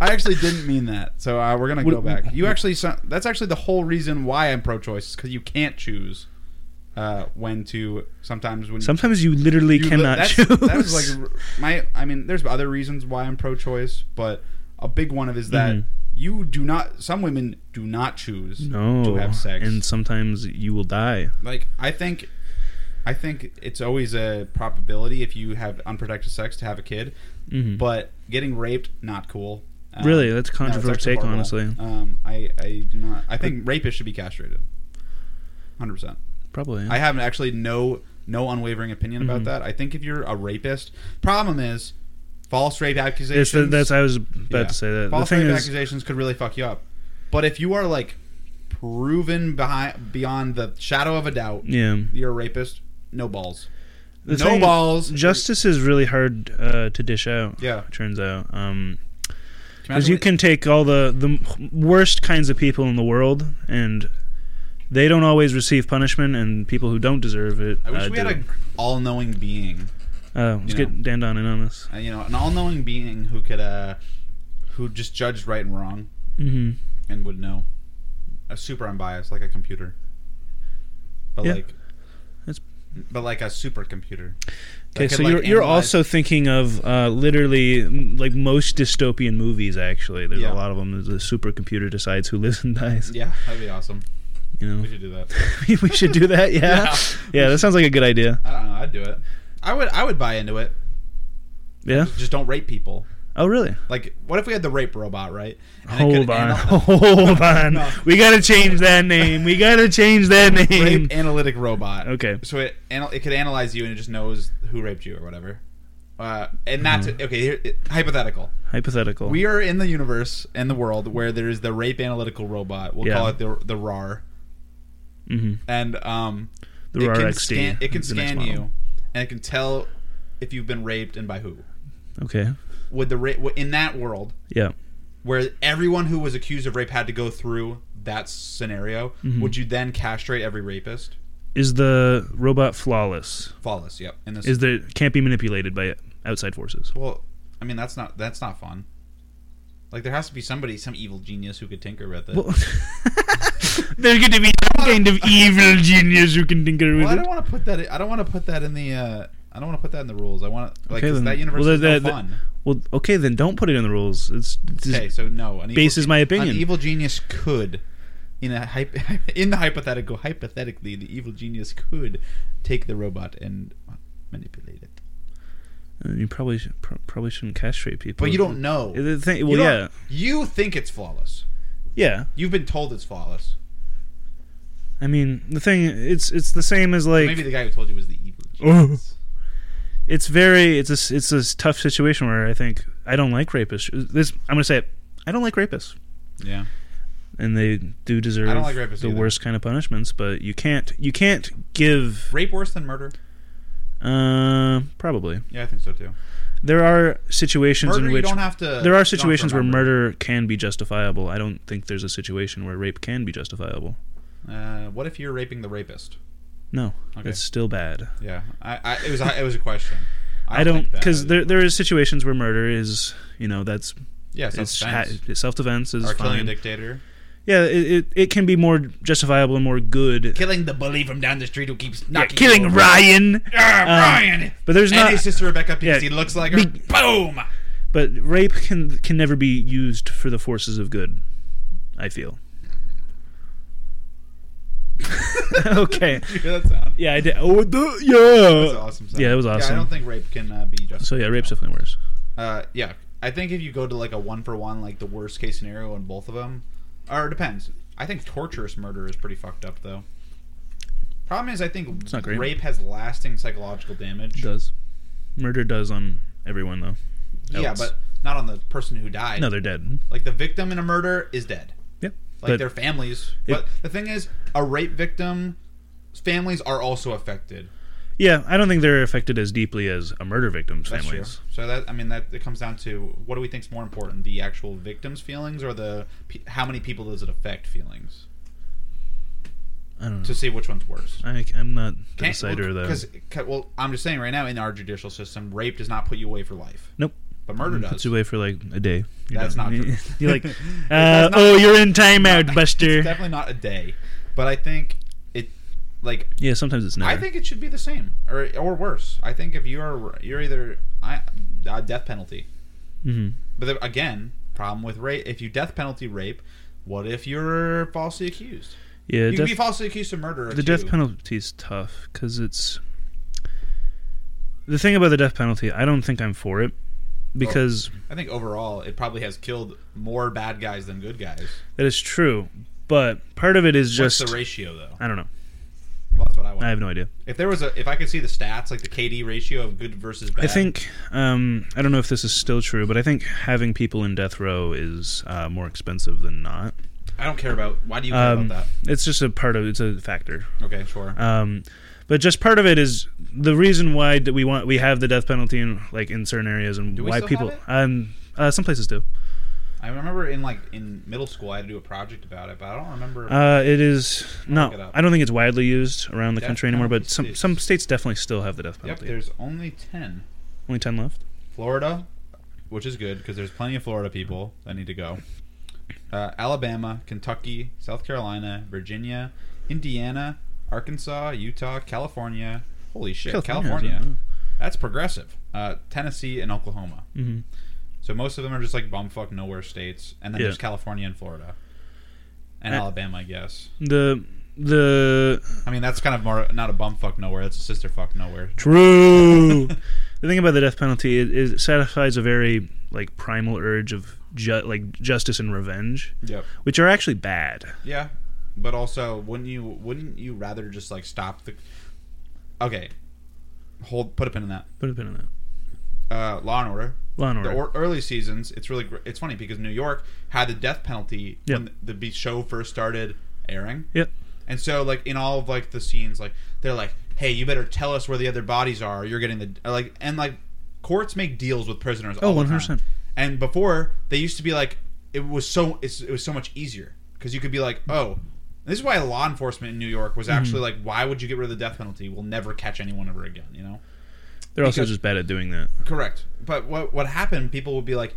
Speaker 1: I actually didn't mean that, so uh, we're gonna
Speaker 2: What-
Speaker 1: go back. You actually, so- that's actually the whole reason why I'm pro-choice, because you can't choose uh, when to. Sometimes when
Speaker 2: Sometimes you literally
Speaker 1: you li-
Speaker 2: cannot
Speaker 1: that's,
Speaker 2: choose.
Speaker 1: That's like my. I mean, there's other reasons why I'm pro-choice, but a big one of is that
Speaker 2: Mhm.
Speaker 1: you do not. Some women do not choose
Speaker 2: <laughs> no.
Speaker 1: to have sex.
Speaker 2: And sometimes you will die.
Speaker 1: like, I think, I think it's always a probability if you have unprotected sex to have a kid,
Speaker 2: Mhm.
Speaker 1: but getting raped not cool. Um,
Speaker 2: Really, that's a
Speaker 1: no, it's
Speaker 2: controversial
Speaker 1: actually
Speaker 2: take,
Speaker 1: horrible.
Speaker 2: honestly.
Speaker 1: Um, I, I do not. I think rapists should be castrated. Hundred percent.
Speaker 2: Probably.
Speaker 1: I have actually no no unwavering opinion
Speaker 2: Mm-hmm.
Speaker 1: about that. I think if you're a rapist, problem is false rape accusations.
Speaker 2: It's the, that's I was about
Speaker 1: Yeah.
Speaker 2: to say that.
Speaker 1: false
Speaker 2: the thing
Speaker 1: rape
Speaker 2: is,
Speaker 1: accusations could really fuck you up. But if you are like proven behind beyond the shadow of a doubt,
Speaker 2: yeah,
Speaker 1: you're a rapist. No balls.
Speaker 2: The
Speaker 1: no
Speaker 2: thing-
Speaker 1: balls.
Speaker 2: justice is really hard uh, to dish out.
Speaker 1: Yeah.
Speaker 2: it turns out. Um,
Speaker 1: Can
Speaker 2: Because
Speaker 1: imagine
Speaker 2: you can take all the the worst kinds of people in the world, and they don't always receive punishment, and people who don't deserve it.
Speaker 1: what- I wish
Speaker 2: uh,
Speaker 1: we
Speaker 2: do.
Speaker 1: had a all-knowing being.
Speaker 2: Uh, let's
Speaker 1: you
Speaker 2: get
Speaker 1: know.
Speaker 2: Dan Don in on this.
Speaker 1: uh, You know, an all-knowing being who could uh who just judged right and wrong
Speaker 2: hmm
Speaker 1: and would know. A super unbiased, like a computer. But
Speaker 2: Yeah.
Speaker 1: like
Speaker 2: That's-
Speaker 1: but like a supercomputer.
Speaker 2: Okay,
Speaker 1: That could,
Speaker 2: so
Speaker 1: like,
Speaker 2: you're you're
Speaker 1: analyze-
Speaker 2: also thinking of uh, literally m- like most dystopian movies. Actually, there's
Speaker 1: Yeah.
Speaker 2: a lot of them. The supercomputer decides who <laughs> lives and dies.
Speaker 1: Yeah, that'd be awesome.
Speaker 2: You know, <laughs>
Speaker 1: We should do that.
Speaker 2: we should do that. Yeah, yeah.
Speaker 1: <laughs> Yeah.
Speaker 2: that sounds like a good idea.
Speaker 1: I don't know, I'd do it. I would I would buy into it.
Speaker 2: Yeah.
Speaker 1: Just don't rape people.
Speaker 2: Oh, really?
Speaker 1: Like what if we had the rape robot, right? And it
Speaker 2: Hold
Speaker 1: could
Speaker 2: on,
Speaker 1: anal-
Speaker 2: <laughs> hold on.
Speaker 1: No.
Speaker 2: We gotta change that name. We gotta change that name.
Speaker 1: <laughs> rape analytic robot.
Speaker 2: Okay.
Speaker 1: So it anal- it could analyze you and it just knows who raped you or whatever. Uh, and not
Speaker 2: Mm-hmm.
Speaker 1: to okay, here, hypothetical.
Speaker 2: Hypothetical.
Speaker 1: We are in the universe and the world where there is the rape analytical robot. We'll
Speaker 2: Yeah.
Speaker 1: call it the the RAR.
Speaker 2: Mhm.
Speaker 1: And um,
Speaker 2: The
Speaker 1: it can
Speaker 2: RRXD
Speaker 1: scan it can
Speaker 2: is the next
Speaker 1: scan
Speaker 2: model.
Speaker 1: you, and it can tell if you've been raped and by who.
Speaker 2: Okay.
Speaker 1: Would the ra- in that world
Speaker 2: Yeah.
Speaker 1: where everyone who was accused of rape had to go through that scenario,
Speaker 2: Mm-hmm.
Speaker 1: would you then castrate every rapist?
Speaker 2: Is the robot flawless?
Speaker 1: Flawless. Yep. In this
Speaker 2: Is there can't be manipulated by outside forces?
Speaker 1: Well, I mean that's not that's not fun. Like there has to be somebody, some evil genius who could tinker with it.
Speaker 2: <laughs> Well, there's going to be some
Speaker 1: <laughs>
Speaker 2: kind of evil genius who can tinker with
Speaker 1: Well, I
Speaker 2: it.
Speaker 1: don't want to put that. I don't want to put that in the. Uh, I don't want to put that in the rules. I want to like
Speaker 2: Okay,
Speaker 1: 'cause
Speaker 2: then.
Speaker 1: that universe
Speaker 2: Well,
Speaker 1: is
Speaker 2: the-
Speaker 1: no
Speaker 2: the-
Speaker 1: fun.
Speaker 2: Well, okay, then don't put it in the rules. It's, it's just-
Speaker 1: Okay, so no. An
Speaker 2: base is my
Speaker 1: gen-
Speaker 2: opinion.
Speaker 1: An evil genius could, in a hyp- <laughs> in the hypothetical, hypothetically, the evil genius could take the robot and manipulate it.
Speaker 2: uh, you probably should, pro- probably shouldn't castrate people. Uh,
Speaker 1: But you don't know.
Speaker 2: The thing-
Speaker 1: You
Speaker 2: well, yeah,
Speaker 1: don't- You think it's flawless.
Speaker 2: yeah.
Speaker 1: You've been told it's flawless.
Speaker 2: I mean, the thing it's it's the same as like
Speaker 1: Maybe the guy who told you was the evil genius.
Speaker 2: it's very it's a s- it's a s- tough situation where I think I don't like rapists. This I'm gonna say it. I don't like rapists.
Speaker 1: yeah.
Speaker 2: and they do deserve
Speaker 1: I don't like rapists
Speaker 2: the
Speaker 1: either.
Speaker 2: worst kind of punishments. But you can't you can't give
Speaker 1: Rape worse than murder?
Speaker 2: uh, probably
Speaker 1: Yeah, I think so too.
Speaker 2: there are situations
Speaker 1: Murder,
Speaker 2: in
Speaker 1: you
Speaker 2: which
Speaker 1: don't have to.
Speaker 2: there are
Speaker 1: not
Speaker 2: situations where
Speaker 1: remember.
Speaker 2: murder can be justifiable. I don't think there's a situation where rape can be justifiable.
Speaker 1: Uh, what if you're raping the rapist?
Speaker 2: No,
Speaker 1: Okay.
Speaker 2: it's still bad.
Speaker 1: Yeah, I, I, it was it was a question.
Speaker 2: <laughs> I don't
Speaker 1: think that-
Speaker 2: because there there is situations where murder is you know that's
Speaker 1: Yeah,
Speaker 2: it's
Speaker 1: self
Speaker 2: ha- self defense is
Speaker 1: or killing a
Speaker 2: fine.
Speaker 1: dictator,
Speaker 2: Yeah, it, it it can be more justifiable and more good.
Speaker 1: killing the bully from down the street who keeps
Speaker 2: Yeah,
Speaker 1: knocking. you
Speaker 2: killing
Speaker 1: over.
Speaker 2: Ryan, Um,
Speaker 1: Ah, Ryan.
Speaker 2: but there's
Speaker 1: and
Speaker 2: not.
Speaker 1: his sister Rebecca because
Speaker 2: Yeah.
Speaker 1: he looks like her.
Speaker 2: Be-
Speaker 1: <laughs> Boom.
Speaker 2: But rape can can never be used for the forces of good. I feel. <laughs> okay.
Speaker 1: Yeah, that sound.
Speaker 2: Yeah, I did. Oh, duh,
Speaker 1: That's an
Speaker 2: yeah.
Speaker 1: awesome. Sound.
Speaker 2: Yeah, that was
Speaker 1: I
Speaker 2: awesome.
Speaker 1: don't think rape can uh, be justified.
Speaker 2: So yeah, rape's definitely worse.
Speaker 1: Uh, yeah, I think if you go to like a one for one, like the worst case scenario in both of them, or it depends. I think torturous murder is pretty fucked up though. Problem is, I think
Speaker 2: not great.
Speaker 1: rape has lasting psychological damage.
Speaker 2: Does murder does on everyone though?
Speaker 1: yeah,
Speaker 2: else.
Speaker 1: but not on the person who died.
Speaker 2: No, they're dead.
Speaker 1: like the victim in a murder is dead.
Speaker 2: Yep.
Speaker 1: Like
Speaker 2: But-
Speaker 1: their families.
Speaker 2: If-
Speaker 1: but the thing is, a rape victim families are also affected.
Speaker 2: Yeah, I don't think they're affected as deeply as a murder victim's
Speaker 1: That's true.
Speaker 2: families.
Speaker 1: So that I mean that it comes down to what do we think's more important, the actual victim's feelings or the pe- how many people does it affect feelings?
Speaker 2: I don't know.
Speaker 1: To see which one's worse.
Speaker 2: I, I'm not the decider though.
Speaker 1: Because well, I'm just saying right now in our judicial system, rape does not put you away for life,
Speaker 2: Nope.
Speaker 1: but murder does.
Speaker 2: Puts Mm, you away for like a day. You're
Speaker 1: That's
Speaker 2: done. <laughs>
Speaker 1: not true.
Speaker 2: You're like, uh,
Speaker 1: That's not-
Speaker 2: oh, you're in timeout,
Speaker 1: It's
Speaker 2: Buster.
Speaker 1: definitely not a day, but I think it like
Speaker 2: Yeah, sometimes it's never.
Speaker 1: I think it should be the same or or worse. I think if you are you're either I uh, death penalty,
Speaker 2: hmm
Speaker 1: but then, again, problem with rape. If you death penalty rape, what if you're falsely accused?
Speaker 2: Yeah,
Speaker 1: you
Speaker 2: death-
Speaker 1: can be falsely accused of murder.
Speaker 2: the death penalty is tough because it's the thing about the death penalty. I don't think I'm for it because
Speaker 1: I think overall, it probably has killed more bad guys than good guys.
Speaker 2: that is true. But part of it is
Speaker 1: What's
Speaker 2: just
Speaker 1: the ratio though?
Speaker 2: I don't know.
Speaker 1: Well, that's what I want.
Speaker 2: I have no idea.
Speaker 1: if there was a, if I could see the stats, like the KD ratio of good versus bad.
Speaker 2: I think um, I don't know if this is still true, but I think having people in death row is uh, more expensive than not.
Speaker 1: I don't care about. Why do you care
Speaker 2: Um,
Speaker 1: about
Speaker 2: It's just a part of it's a factor.
Speaker 1: that? Okay, sure.
Speaker 2: Um, but just part of it is the reason why that we want we have the death penalty in like in certain areas and
Speaker 1: Do we
Speaker 2: why
Speaker 1: still
Speaker 2: people
Speaker 1: have it?
Speaker 2: um uh, some places do.
Speaker 1: I remember in like in middle school, I had to do a project about it, but I don't remember.
Speaker 2: Uh, it is
Speaker 1: look
Speaker 2: not.
Speaker 1: it up.
Speaker 2: I don't think it's widely used around the
Speaker 1: Death
Speaker 2: country anymore. But
Speaker 1: penalty
Speaker 2: some
Speaker 1: states.
Speaker 2: some states definitely still have the death
Speaker 1: yep,
Speaker 2: penalty.
Speaker 1: there's only ten.
Speaker 2: Only ten left.
Speaker 1: Florida, which is good because there's plenty of Florida people that need to go. Uh, Alabama, Kentucky, South Carolina, Virginia, Indiana, Arkansas, Utah, California. Holy shit, California. That's progressive. Uh, Tennessee and Oklahoma.
Speaker 2: Mm-hmm.
Speaker 1: So most of them are just like bumfuck nowhere states, and then
Speaker 2: Yeah.
Speaker 1: there's California and Florida, and
Speaker 2: Uh,
Speaker 1: Alabama, I guess.
Speaker 2: The the
Speaker 1: I mean, that's kind of more not a bumfuck nowhere. That's a sister fuck nowhere. <laughs>
Speaker 2: true. the thing about the death penalty is, is it satisfies a very like primal urge of ju- like justice and revenge,
Speaker 1: Yep.
Speaker 2: which are actually bad.
Speaker 1: Yeah, but also wouldn't you wouldn't you rather just like stop the? Okay, hold put a pin in that.
Speaker 2: Put a pin in that.
Speaker 1: Uh, Law and Order.
Speaker 2: Law and
Speaker 1: The or-
Speaker 2: order.
Speaker 1: early seasons, it's really gr- it's funny because New York had the death penalty
Speaker 2: Yeah.
Speaker 1: when the, the show first started airing,
Speaker 2: Yep.
Speaker 1: and so like in all of like the scenes, like they're like, "Hey, you better tell us where the other bodies are. Or you're getting the or, like and like courts make deals with prisoners.
Speaker 2: Oh,
Speaker 1: all the time.
Speaker 2: 100%.
Speaker 1: And before they used to be like, it was so it's, it was so much easier because you could be like, oh. This is why law enforcement in New York was actually like, why would you get rid of the death penalty? We'll never catch anyone ever again, you know?
Speaker 2: They're also
Speaker 1: Because-
Speaker 2: just bad at doing that.
Speaker 1: Correct. But what what happened? People would be like,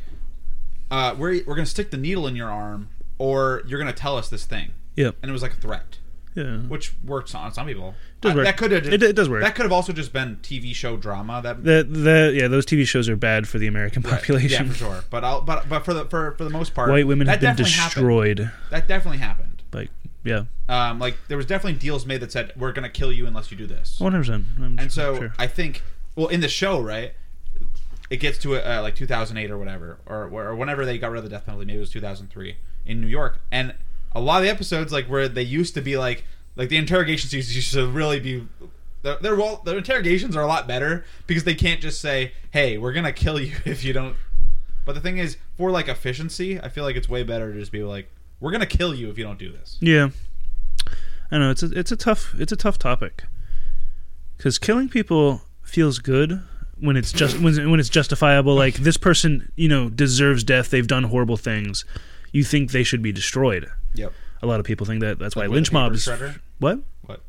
Speaker 1: uh, "We're we're gonna stick the needle in your arm, or you're gonna tell us this thing,"
Speaker 2: Yep.
Speaker 1: and it was like a threat,
Speaker 2: Yeah.
Speaker 1: which works on some people.
Speaker 2: Does
Speaker 1: Uh,
Speaker 2: work.
Speaker 1: That could have
Speaker 2: It- it does work.
Speaker 1: That could have also just been TV show drama. That
Speaker 2: The the yeah those TV shows are bad for the American population.
Speaker 1: yeah, for sure. But I'll but but for the for for the most part,
Speaker 2: <laughs> White women have
Speaker 1: that
Speaker 2: been
Speaker 1: definitely happened.
Speaker 2: destroyed.
Speaker 1: That definitely happened.
Speaker 2: Like yeah,
Speaker 1: Um, like there was definitely deals made that said, "We're gonna kill you unless you do this."
Speaker 2: one hundred percent.
Speaker 1: And so I think, well, in the show, right, it gets to uh, like 2008 or whatever, or, or whenever they got rid of the death penalty. Maybe it was 2003 in New York, and a lot of the episodes, like where they used to be like, like the interrogation scenes used to really be. Their, their, well, their interrogations are a lot better because they can't just say, "Hey, we're gonna <laughs> kill you if you don't." But the thing is, for like efficiency, I feel like it's way better to just be like, We're gonna kill you if you don't do this.
Speaker 2: Yeah, I know it's a it's a tough it's a tough topic because killing people feels good when it's just when, when it's justifiable. Like this person, you know, deserves death. They've done horrible things. You think they should be destroyed.
Speaker 1: Yep.
Speaker 2: A lot of people think that. That's
Speaker 1: Like
Speaker 2: why
Speaker 1: with a
Speaker 2: lynch
Speaker 1: paper
Speaker 2: mobs.
Speaker 1: shredder?
Speaker 2: What?
Speaker 1: What?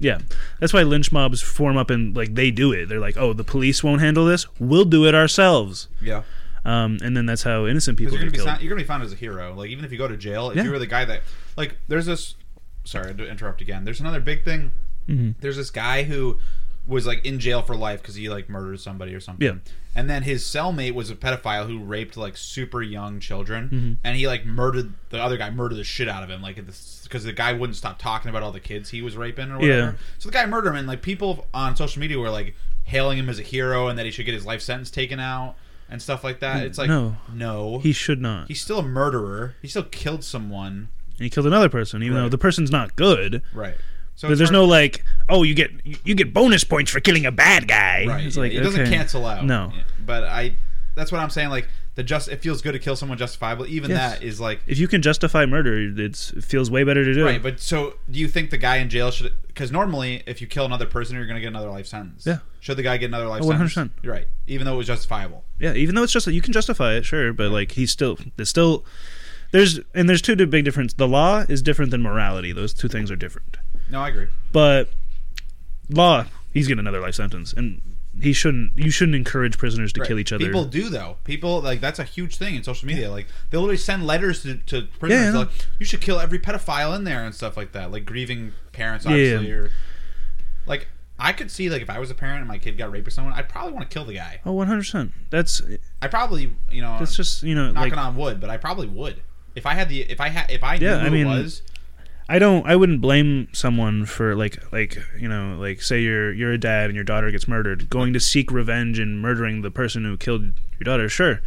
Speaker 2: Yeah, that's why lynch mobs form up and like they do it. They're like, oh, the police won't handle this. We'll do it ourselves.
Speaker 1: Yeah.
Speaker 2: Um, and then that's how innocent people
Speaker 1: Because you're
Speaker 2: get
Speaker 1: gonna be
Speaker 2: killed.
Speaker 1: sound, you're gonna be found as a hero. Like even if you go to jail, if
Speaker 2: Yeah.
Speaker 1: you were the guy that like there's this. Sorry to interrupt again. There's another big thing.
Speaker 2: Mm-hmm.
Speaker 1: There's this guy who was like in jail for life because he like murdered somebody or something.
Speaker 2: Yeah.
Speaker 1: And then his cellmate was a pedophile who raped like super young children,
Speaker 2: Mm-hmm.
Speaker 1: and he like murdered the other guy, murdered the shit out of him, like because the guy wouldn't stop talking about all the kids he was raping or whatever.
Speaker 2: Yeah.
Speaker 1: So the guy murdered him, and like people on social media were like hailing him as a hero and that he should get his life sentence taken out and stuff like that. It's like
Speaker 2: Mm, No.
Speaker 1: no,
Speaker 2: He should not.
Speaker 1: He's still a murderer. He still killed someone.
Speaker 2: and he killed another person, even though
Speaker 1: Right.
Speaker 2: the person's not good.
Speaker 1: Right. So
Speaker 2: But
Speaker 1: it's
Speaker 2: there's
Speaker 1: hard-
Speaker 2: no like, oh, you get you get bonus points for killing a bad guy.
Speaker 1: Right.
Speaker 2: It's like
Speaker 1: it doesn't
Speaker 2: okay.
Speaker 1: cancel out.
Speaker 2: No.
Speaker 1: But I. That's what I'm saying. Like the just. It feels good to kill someone justifiable. Even
Speaker 2: Yes.
Speaker 1: that is like.
Speaker 2: If you can justify murder, it's, it feels way better to do.
Speaker 1: Right. But so do you think the guy in jail should? Because normally, if you kill another person, you're going to get another life sentence.
Speaker 2: Yeah.
Speaker 1: Should the guy get another life
Speaker 2: Oh, 100%.
Speaker 1: sentence? You're right. Even though it was justifiable.
Speaker 2: yeah, even though it's just you can justify it, sure, but like he's still there's still there's and there's two big difference. The law is different than morality. Those two things are different.
Speaker 1: No, I agree.
Speaker 2: But law, he's getting another life sentence, and he shouldn't. You shouldn't encourage prisoners to
Speaker 1: Right.
Speaker 2: kill each other.
Speaker 1: People do though. People like that's a huge thing in social media. Like they literally send letters to, to prisoners
Speaker 2: Yeah, I know.
Speaker 1: like you should kill every pedophile in there and stuff like that. Like grieving parents, obviously.
Speaker 2: yeah.
Speaker 1: Or like I could see like if I was a parent and my kid got raped or someone, I'd probably want to kill the guy.
Speaker 2: Oh, 100. percent That's
Speaker 1: I probably you know
Speaker 2: that's just you know
Speaker 1: knocking
Speaker 2: like
Speaker 1: on wood, but I probably would if I had the if I had if I
Speaker 2: Yeah,
Speaker 1: knew
Speaker 2: I
Speaker 1: who
Speaker 2: mean,
Speaker 1: it was.
Speaker 2: I don't I wouldn't blame someone for like like you know like say you're you're a dad and your daughter gets murdered going to seek revenge and murdering the person who killed your daughter sure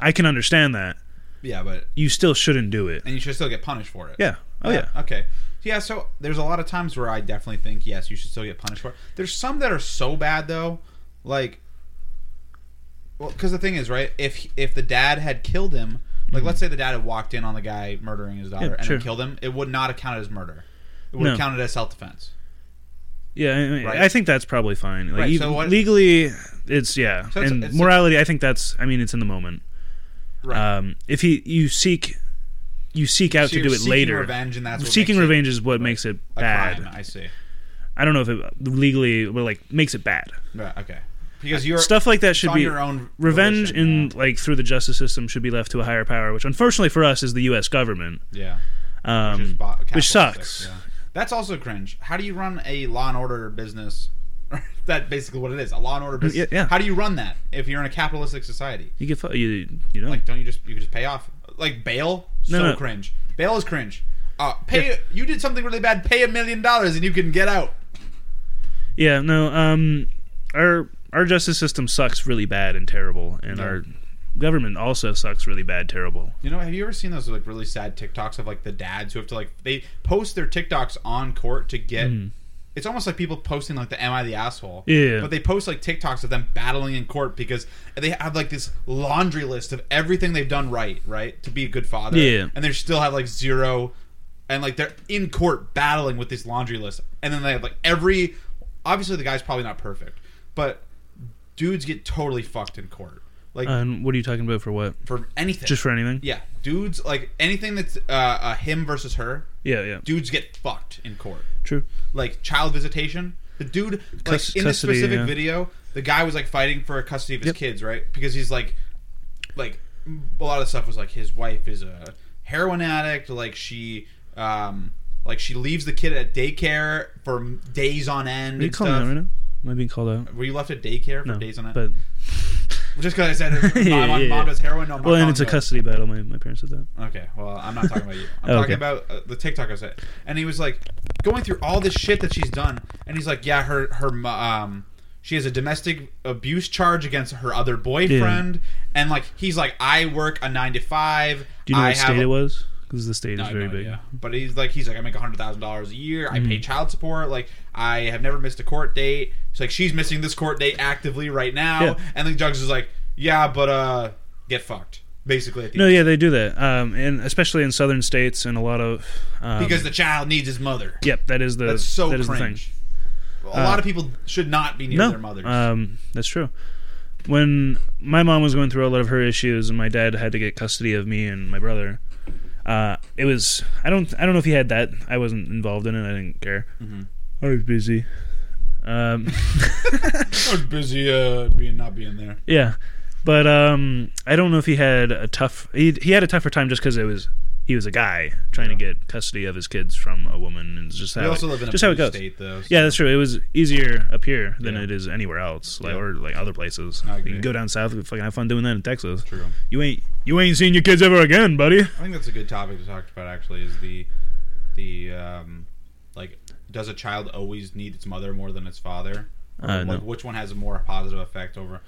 Speaker 2: I can understand that
Speaker 1: Yeah, but
Speaker 2: you still shouldn't do it
Speaker 1: and you should still get punished for it.
Speaker 2: yeah oh yeah
Speaker 1: Okay. Yeah, so there's a lot of times where I definitely think yes, you should still get punished for. It. There's some that are so bad though, like, well, because the thing is, right? If if the dad had killed him, like, let's say the dad had walked in on the guy murdering his daughter and
Speaker 2: Mm-hmm. sure.
Speaker 1: then killed him, it would not have counted as murder. It would have
Speaker 2: No.
Speaker 1: counted as self defense.
Speaker 2: yeah I, I-
Speaker 1: Right.
Speaker 2: I think that's probably fine like
Speaker 1: Right,
Speaker 2: e-
Speaker 1: so what-
Speaker 2: legally it's yeah
Speaker 1: So it's-
Speaker 2: and
Speaker 1: it's-
Speaker 2: morality I think that's I mean it's in the moment
Speaker 1: Right.
Speaker 2: um if he you seek you seek out
Speaker 1: So
Speaker 2: to
Speaker 1: you're
Speaker 2: do it
Speaker 1: seeking
Speaker 2: later
Speaker 1: Revenge, and that's what
Speaker 2: seeking
Speaker 1: makes it
Speaker 2: revenge is what makes it
Speaker 1: a
Speaker 2: bad
Speaker 1: crime. I see.
Speaker 2: I don't know if it legally but like makes it bad
Speaker 1: Right. Okay. Because you're
Speaker 2: stuff like that
Speaker 1: it's
Speaker 2: should
Speaker 1: on
Speaker 2: be
Speaker 1: your own
Speaker 2: revenge
Speaker 1: volition,
Speaker 2: in like through the justice system should be left to a higher power, which unfortunately for us is the U.S. government,
Speaker 1: yeah.
Speaker 2: um,
Speaker 1: Just
Speaker 2: which,
Speaker 1: bought capitalistic,
Speaker 2: sucks.
Speaker 1: yeah. That's also cringe. How do you run a law and order business? <laughs> That's basically what it is. A law and order business.
Speaker 2: yeah.
Speaker 1: How do you run that if you're in a capitalistic society?
Speaker 2: You get fu- you you know
Speaker 1: Like, don't you just you could just pay off? Like bail, so
Speaker 2: No, no.
Speaker 1: cringe. Bail is cringe. Uh, pay. You did something really bad. Pay a million dollars and you can get out.
Speaker 2: yeah no um our our justice system sucks really bad and terrible, and
Speaker 1: Yeah.
Speaker 2: our government also sucks really bad terrible.
Speaker 1: You know, have you ever seen those like really sad TikToks of like the dads who have to like they post their TikToks on court to get. It's almost like people posting like the "Am I the asshole?"
Speaker 2: Mm. Yeah.
Speaker 1: But they post like TikToks of them battling in court because they have like this laundry list of everything they've done right, right, to be a good father.
Speaker 2: Yeah.
Speaker 1: And they still have like zero, and like they're in court battling with this laundry list, and then they have like every. Obviously, the guy's probably not perfect, but dudes get totally fucked in court, like
Speaker 2: And what are you talking about for what?
Speaker 1: for anything.
Speaker 2: Uh, Just for anything?
Speaker 1: Yeah, dudes like anything that's uh, uh, him versus her.
Speaker 2: yeah, yeah.
Speaker 1: Dudes get fucked in court.
Speaker 2: True.
Speaker 1: Like child visitation. The dude, like
Speaker 2: Cus-
Speaker 1: in this
Speaker 2: custody,
Speaker 1: specific
Speaker 2: yeah.
Speaker 1: video, the guy was like fighting for custody of his kids, right? Because he's like, like a lot of stuff was like his wife is a heroin addict. Like she, um, like she leaves the kid at daycare for days on end.
Speaker 2: Are you
Speaker 1: and
Speaker 2: calling
Speaker 1: stuff.
Speaker 2: out right now? Am I being called out?
Speaker 1: Were you left at daycare for
Speaker 2: No,
Speaker 1: days on end?
Speaker 2: but
Speaker 1: Just because I said it,
Speaker 2: <laughs>
Speaker 1: mom,
Speaker 2: Yeah, yeah, yeah.
Speaker 1: mom does heroin. No, my
Speaker 2: well, and
Speaker 1: mom
Speaker 2: it's a
Speaker 1: does.
Speaker 2: custody battle. My, my parents did that.
Speaker 1: Okay, well, I'm not talking about
Speaker 2: <laughs>
Speaker 1: you. I'm
Speaker 2: Okay.
Speaker 1: talking about uh, the TikToker said, and he was like going through all this shit that she's done, and he's like, yeah, her her mo- um, she has a domestic abuse charge against her other boyfriend, and like he's like, I work a nine to five.
Speaker 2: Do you know
Speaker 1: I
Speaker 2: what
Speaker 1: have
Speaker 2: state
Speaker 1: a-
Speaker 2: it was? Because the state
Speaker 1: I
Speaker 2: is
Speaker 1: have
Speaker 2: very
Speaker 1: no
Speaker 2: big. Mm-hmm.
Speaker 1: idea. But he's like, he's like, I make hundred thousand dollars a year. I pay child support. Like, I have never missed a court date. It's like she's missing this court date actively right now,
Speaker 2: Yeah.
Speaker 1: and the judge is like, yeah, but uh, get fucked. basically. At the
Speaker 2: No,
Speaker 1: end.
Speaker 2: yeah, they do that, um, and especially in southern states and a lot of um,
Speaker 1: because the child needs his mother.
Speaker 2: yep, that is the
Speaker 1: That's so
Speaker 2: that is the thing. Uh,
Speaker 1: cringe. A lot of people should not be near
Speaker 2: no,
Speaker 1: their mothers.
Speaker 2: Um, that's true. When my mom was going through a lot of her issues, and my dad had to get custody of me and my brother, uh, it was I don't I don't know if he had that. I wasn't involved in it. I didn't care.
Speaker 1: Mm-hmm.
Speaker 2: I was busy. Um, <laughs>
Speaker 1: I was busy uh, being not being there.
Speaker 2: yeah, but um, I don't know if he had a tough. He he had a tougher time just because it was he was a guy trying to get custody of his kids from a woman, and it's just how
Speaker 1: We also
Speaker 2: it,
Speaker 1: live in a
Speaker 2: just how it
Speaker 1: blue
Speaker 2: goes.
Speaker 1: state, though. so-
Speaker 2: Yeah, that's true. It was easier up here than
Speaker 1: Yeah.
Speaker 2: it is anywhere else, like
Speaker 1: Yeah.
Speaker 2: or like other places.
Speaker 1: I
Speaker 2: You
Speaker 1: agree.
Speaker 2: can go down south, we fucking have fun doing that in Texas.
Speaker 1: True.
Speaker 2: You ain't you ain't seen your kids ever again, buddy.
Speaker 1: I think that's a good topic to talk about. Actually, is the the um, like does a child always need its mother more than its father? Or,
Speaker 2: Uh,
Speaker 1: like,
Speaker 2: no.
Speaker 1: Which one has a more positive effect over?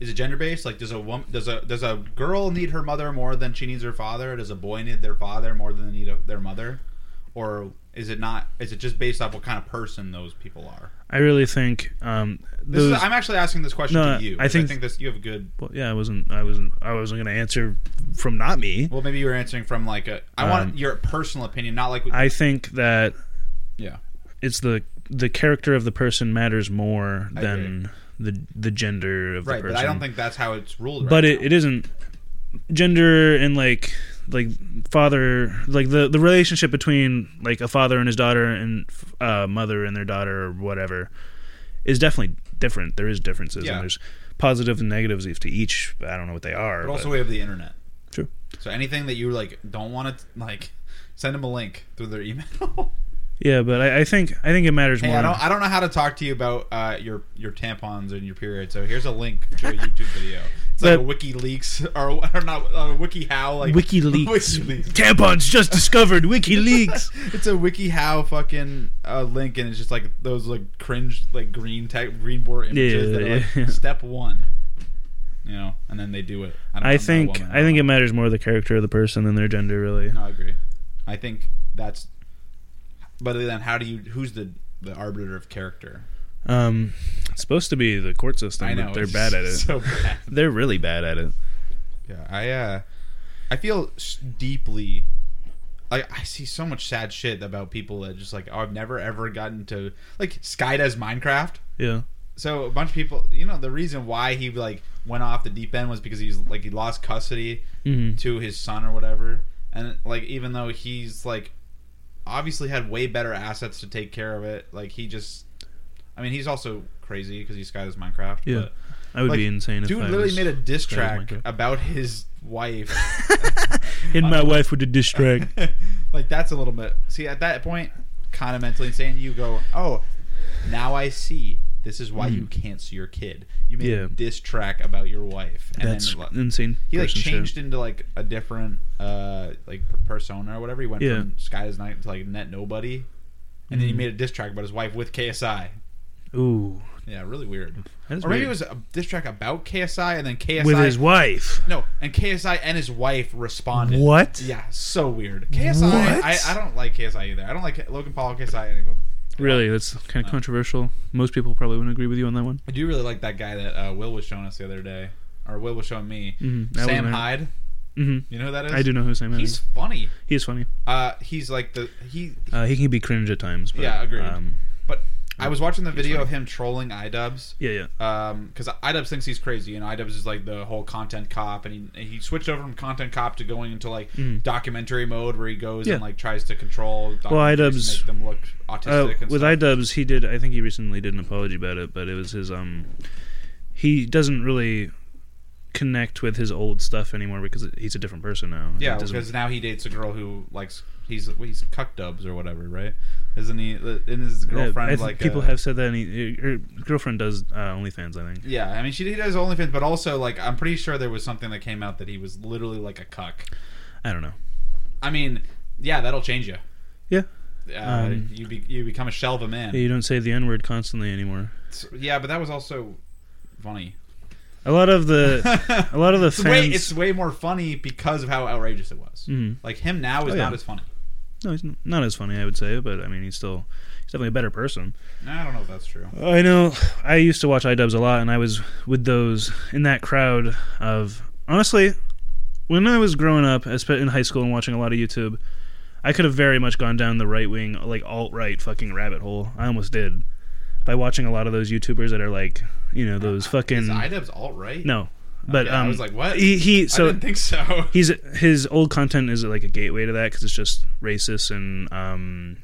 Speaker 1: Is it gender based? Like, does a woman does a does a girl need her mother more than she needs her father? Does a boy need their father more than they need of their mother? Or is it not? Is it just based off what kind of person those people are?
Speaker 2: I really think um
Speaker 1: This
Speaker 2: those
Speaker 1: is, I'm actually asking this question
Speaker 2: No,
Speaker 1: to you.
Speaker 2: I
Speaker 1: 'cause
Speaker 2: think-
Speaker 1: I think this you have a good.
Speaker 2: well, yeah, I wasn't I wasn't I wasn't gonna answer from not me.
Speaker 1: Well, maybe you were answering from like a. I
Speaker 2: Um,
Speaker 1: want your personal opinion, not like.
Speaker 2: I think that
Speaker 1: yeah.
Speaker 2: it's the the character of the person matters more
Speaker 1: I
Speaker 2: than the the gender of
Speaker 1: Right,
Speaker 2: the person.
Speaker 1: but I don't think that's how it's ruled. Right
Speaker 2: but
Speaker 1: now.
Speaker 2: it, it isn't gender and like like father like the the relationship between like a father and his daughter and uh, mother and their daughter or whatever is definitely different there is differences
Speaker 1: Yeah.
Speaker 2: and there's positive and negatives to each but i don't know what they are
Speaker 1: But
Speaker 2: but-
Speaker 1: also, we have the internet.
Speaker 2: True.
Speaker 1: So anything that you like don't want to like, send them a link through their email. <laughs>
Speaker 2: yeah but I, I think i think it matters
Speaker 1: hey,
Speaker 2: more
Speaker 1: I don't I don't know how to talk to you about uh, your your tampons and your period. So here's a link to a YouTube video. It's like a WikiLeaks or, <laughs> or not uh, WikiHow like
Speaker 2: WikiLeaks.
Speaker 1: <laughs> WikiLeaks.
Speaker 2: tampons just discovered
Speaker 1: <laughs>
Speaker 2: wikileaks
Speaker 1: It's a WikiHow fucking uh, link, and it's just like those like cringe like green tech green board images
Speaker 2: Yeah,
Speaker 1: that are like
Speaker 2: yeah. <laughs>
Speaker 1: step one. You know, and then they do it. I, don't,
Speaker 2: i
Speaker 1: I'm not a
Speaker 2: think
Speaker 1: woman,
Speaker 2: i think
Speaker 1: don't
Speaker 2: it matters more the character of the person than their gender really
Speaker 1: No, I agree. I think that's. But then, how do you? Who's the the arbiter of character?
Speaker 2: um it's supposed to be the court system
Speaker 1: I know
Speaker 2: but they're
Speaker 1: it's
Speaker 2: bad at
Speaker 1: <laughs>
Speaker 2: it
Speaker 1: So bad.
Speaker 2: they're really bad at it
Speaker 1: yeah, I uh, I feel s- deeply. Like I see so much sad shit about people that just like oh, I've never ever gotten to like Sky does Minecraft.
Speaker 2: yeah
Speaker 1: So a bunch of people, you know, the reason why he like went off the deep end was because he's like he lost custody
Speaker 2: Mhm.
Speaker 1: to his son or whatever, and like even though he's like obviously had way better assets to take care of it, like he just, I mean, he's also crazy because he's got his Minecraft.
Speaker 2: Yeah.
Speaker 1: but
Speaker 2: I would
Speaker 1: Like,
Speaker 2: be insane if
Speaker 1: dude
Speaker 2: I
Speaker 1: literally
Speaker 2: was-
Speaker 1: made a diss track
Speaker 2: Minecraft.
Speaker 1: about his wife.
Speaker 2: Hit my wife with a diss
Speaker 1: <laughs>
Speaker 2: track.
Speaker 1: like that's a little bit. See, at that point, kind of mentally insane. You go, oh, now I see. This is why you can't see your kid. You made
Speaker 2: Hmm. Yeah.
Speaker 1: a diss track about your wife, and
Speaker 2: That's
Speaker 1: then like,
Speaker 2: insane.
Speaker 1: he like
Speaker 2: person shit.
Speaker 1: changed into like a different uh like per- persona or whatever. He went
Speaker 2: Yeah. Hmm.
Speaker 1: from Sky is Night to like Net Nobody, and then he made a diss track about his wife with KSI.
Speaker 2: Ooh,
Speaker 1: Yeah, really weird.
Speaker 2: that's
Speaker 1: or maybe
Speaker 2: weird.
Speaker 1: it was a diss track about KSI, and then KSI
Speaker 2: with his wife.
Speaker 1: no, and KSI and his wife responded.
Speaker 2: What?
Speaker 1: Yeah, so weird. KSI,
Speaker 2: What?
Speaker 1: I, I don't like KSI either. I don't like Logan Paul, KSI, any of them.
Speaker 2: Really, that's kind of controversial. Most people probably wouldn't agree with you on that one.
Speaker 1: I do really like that guy that uh, Will was showing us the other day, or Will was showing me.
Speaker 2: Mhm, that
Speaker 1: Sam
Speaker 2: was my-
Speaker 1: Hyde.
Speaker 2: Mhm.
Speaker 1: You know who that is?
Speaker 2: I do know who Sam
Speaker 1: He's
Speaker 2: is.
Speaker 1: funny.
Speaker 2: He is funny.
Speaker 1: Uh, he's like the he.
Speaker 2: Uh, he can be cringe at times. But,
Speaker 1: Yeah, agreed.
Speaker 2: Um,
Speaker 1: But I was watching the video of him trolling iDubbbz.
Speaker 2: yeah, yeah.
Speaker 1: Um, because iDubbbz thinks he's crazy, and iDubbbz is like the whole content cop, and he, he switched over from content cop to going into like documentary mode, where he goes
Speaker 2: Hmm. Yeah.
Speaker 1: and like tries to control. documentaries to
Speaker 2: iDubbbz-
Speaker 1: make them look
Speaker 2: Uh,
Speaker 1: autistic. and
Speaker 2: with
Speaker 1: stuff.
Speaker 2: iDubbbz, he did. I think he recently did an apology about it, but it was his. Um, he doesn't really connect with his old stuff anymore because he's a different person now.
Speaker 1: yeah,
Speaker 2: It doesn't-
Speaker 1: because now he dates a girl who likes he's well, he's cuck dubs or whatever, right? Isn't he? Isn't his
Speaker 2: Yeah,
Speaker 1: girlfriend
Speaker 2: I think
Speaker 1: like uh,
Speaker 2: people
Speaker 1: a-
Speaker 2: have said that. And he, her girlfriend does uh, OnlyFans, I think.
Speaker 1: Yeah, I mean, she he does OnlyFans, but also like I'm pretty sure there was something that came out that he was literally like a cuck.
Speaker 2: I don't know.
Speaker 1: I mean, yeah, that'll change you.
Speaker 2: Yeah.
Speaker 1: Uh,
Speaker 2: Um,
Speaker 1: you be, you become a shell of a man.
Speaker 2: Yeah, you don't say the N word constantly anymore.
Speaker 1: So- yeah, but that was also funny.
Speaker 2: A lot of <laughs>
Speaker 1: <laughs>
Speaker 2: the a lot of the
Speaker 1: It's way,
Speaker 2: fans.
Speaker 1: it's way more funny because of how outrageous it was.
Speaker 2: Mhm.
Speaker 1: Like him now is
Speaker 2: Oh, yeah.
Speaker 1: not as funny.
Speaker 2: no, he's n- not as funny, I would say, but I mean, he's still he's definitely a better person.
Speaker 1: I don't know if that's true.
Speaker 2: I know. I used to watch iDubbbz a lot, and I was with those in that crowd of honestly, when I was growing up, espe- in high school and watching a lot of YouTube, I could have very much gone down the right wing, like alt right fucking rabbit hole. I almost did by watching a lot of those YouTubers that are like, you know, those
Speaker 1: Is
Speaker 2: fucking
Speaker 1: IDubbbz alt right?
Speaker 2: no. But
Speaker 1: Okay, I
Speaker 2: um,
Speaker 1: was like, what?
Speaker 2: He, he
Speaker 1: I
Speaker 2: so
Speaker 1: didn't think so. <laughs>
Speaker 2: he's his old content is like a gateway to that because it's just racist and um,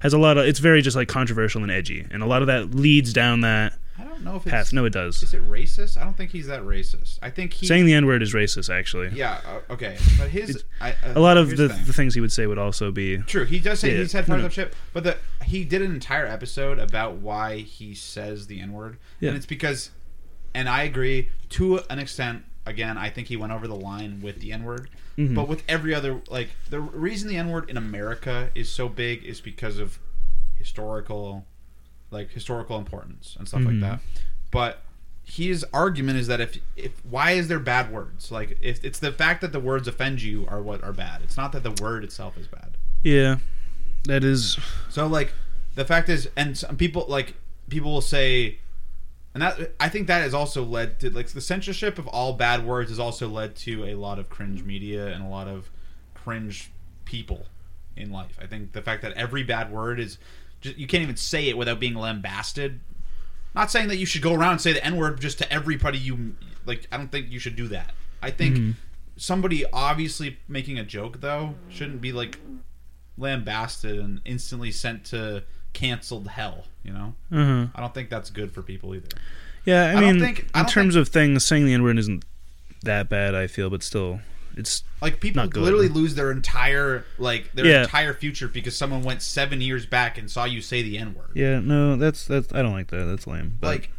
Speaker 2: has a lot of it's very just like controversial and edgy, and a lot of that leads down that
Speaker 1: I don't know if
Speaker 2: path.
Speaker 1: it's
Speaker 2: No, it does.
Speaker 1: is it racist. I don't think he's that racist. I think he
Speaker 2: Saying the n word is racist, actually.
Speaker 1: yeah uh, okay, but his I, uh,
Speaker 2: A lot of
Speaker 1: here's
Speaker 2: the,
Speaker 1: thing.
Speaker 2: the things he would say would also be
Speaker 1: True, he does say
Speaker 2: Yeah,
Speaker 1: he's had
Speaker 2: no,
Speaker 1: fucked
Speaker 2: no.
Speaker 1: up shit, but the, he did an entire episode about why he says the N word,
Speaker 2: Yeah.
Speaker 1: and it's because, and I agree to an extent. Again, I think he went over the line with the N word,
Speaker 2: Mm-hmm.
Speaker 1: but with every other like the reason the N word in America is so big is because of historical, like historical importance and stuff
Speaker 2: Mm-hmm.
Speaker 1: like that. But his argument is that if if why is there bad words? Like if it's the fact that the words offend you are what are bad. It's not that the word itself is bad.
Speaker 2: yeah. That is
Speaker 1: So like the fact is, and some people like people will say, and that I think that has also led to like the censorship of all bad words has also led to a lot of cringe media and a lot of cringe people in life. I think the fact that every bad word is just, you can't even say it without being lambasted. Not saying that you should go around and say the n word just to everybody you like. I don't think you should do that. I think somebody obviously making a joke though shouldn't be like lambasted and instantly sent to canceled hell. You know,
Speaker 2: uh
Speaker 1: I don't think that's good for people either.
Speaker 2: yeah. I,
Speaker 1: don't
Speaker 2: mean,
Speaker 1: think- I
Speaker 2: in
Speaker 1: don't
Speaker 2: terms of things, saying the n word isn't that bad. I feel, but still, it's
Speaker 1: Like people
Speaker 2: Not good.
Speaker 1: literally lose their entire like their
Speaker 2: Yeah.
Speaker 1: entire future because someone went seven years back and saw you say the n word.
Speaker 2: yeah. No, that's that's I don't like that. That's lame. But
Speaker 1: Like.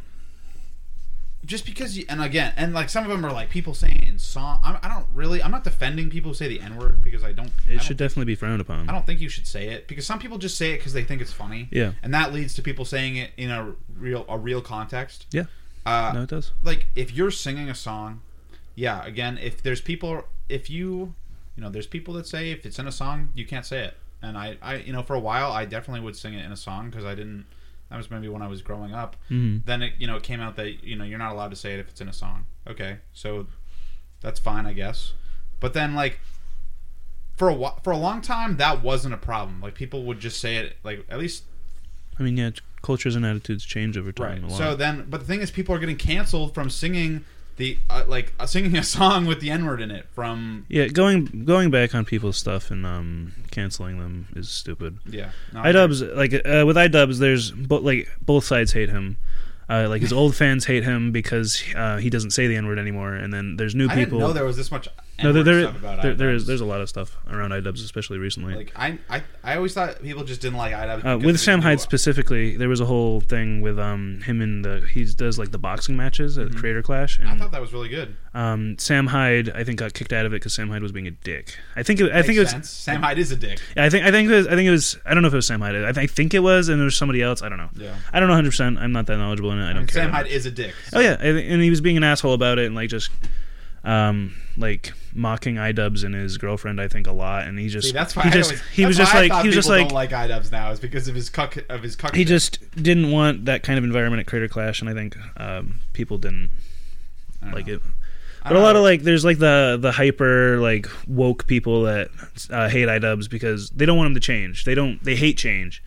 Speaker 1: Just because you, and again, and like some of them are like people saying it in song. I'm, I don't really, I'm not defending people who say the N word because I don't. I
Speaker 2: it
Speaker 1: don't
Speaker 2: should definitely be frowned upon.
Speaker 1: I don't think you should say it because some people just say it because they think it's funny.
Speaker 2: Yeah.
Speaker 1: and that leads to people saying it in a real a real context.
Speaker 2: yeah.
Speaker 1: Uh,
Speaker 2: No, it does.
Speaker 1: like if you're singing a song, yeah. Again, if there's people, if you, you know, there's people that say if it's in a song, you can't say it. And I, I, you know, for a while, I definitely would sing it in a song because I didn't. That was maybe when I was growing up.
Speaker 2: Mhm.
Speaker 1: Then it, you know, it came out that you know you're not allowed to say it if it's in a song. Okay, so that's fine, I guess. But then like for a whi- for a long time, that wasn't a problem. Like people would just say it. Like at least
Speaker 2: I mean, yeah, cultures and attitudes change over time a lot.
Speaker 1: so then, but the thing is, people are getting canceled from singing the uh, like uh, singing a <laughs> song with the N word in it. From
Speaker 2: yeah, going going back on people's stuff and um, canceling them is stupid.
Speaker 1: yeah, no, I-
Speaker 2: Idubs like uh, with Idubs, there's bo- like both sides hate him. Uh, like his old fans hate him because uh, he doesn't say the n word anymore, and then there's new
Speaker 1: I
Speaker 2: people.
Speaker 1: didn't know there was this much.
Speaker 2: no,
Speaker 1: N-word
Speaker 2: there there,
Speaker 1: stuff about
Speaker 2: there, there
Speaker 1: IDubbbz.
Speaker 2: is there's a lot of stuff around Idubs, especially recently.
Speaker 1: like I, I I always thought people just didn't like IDubbbz
Speaker 2: uh,
Speaker 1: because
Speaker 2: with
Speaker 1: they
Speaker 2: Sam
Speaker 1: knew-
Speaker 2: Hyde specifically, there was a whole thing with um him and the he does like the boxing matches at Creator Clash, and
Speaker 1: Mm-hmm. I thought that was really good.
Speaker 2: um Sam Hyde I think got kicked out of it because Sam Hyde was being a dick. I think it, I
Speaker 1: Makes
Speaker 2: think it was
Speaker 1: sense. Sam Hyde is a dick.
Speaker 2: Yeah, I think I think it was I think it was I don't know if it was Sam Hyde. I, th- I think it was, and there was somebody else. I don't know.
Speaker 1: Yeah.
Speaker 2: I don't know 100. percent I'm not that knowledgeable in it. I don't
Speaker 1: And
Speaker 2: care.
Speaker 1: Sam
Speaker 2: that
Speaker 1: Hyde
Speaker 2: much.
Speaker 1: is a dick.
Speaker 2: Oh yeah, I thi- and he was being an asshole about it, and like just um like mocking iDubbbz and his girlfriend. I think a lot, and he just
Speaker 1: See, that's why
Speaker 2: he
Speaker 1: I
Speaker 2: just
Speaker 1: always,
Speaker 2: he was
Speaker 1: that's
Speaker 2: just
Speaker 1: why I
Speaker 2: like
Speaker 1: thought
Speaker 2: he was just
Speaker 1: people
Speaker 2: like.
Speaker 1: don't like IDubbbz now is because of his cuck of his cuck.
Speaker 2: he just didn't want that kind of environment at Crater Clash, and I think um, people didn't like it. But a lot of like, there's like the the hyper like woke people that uh, hate iDubbbz because they don't want them to change. They don't. They hate change.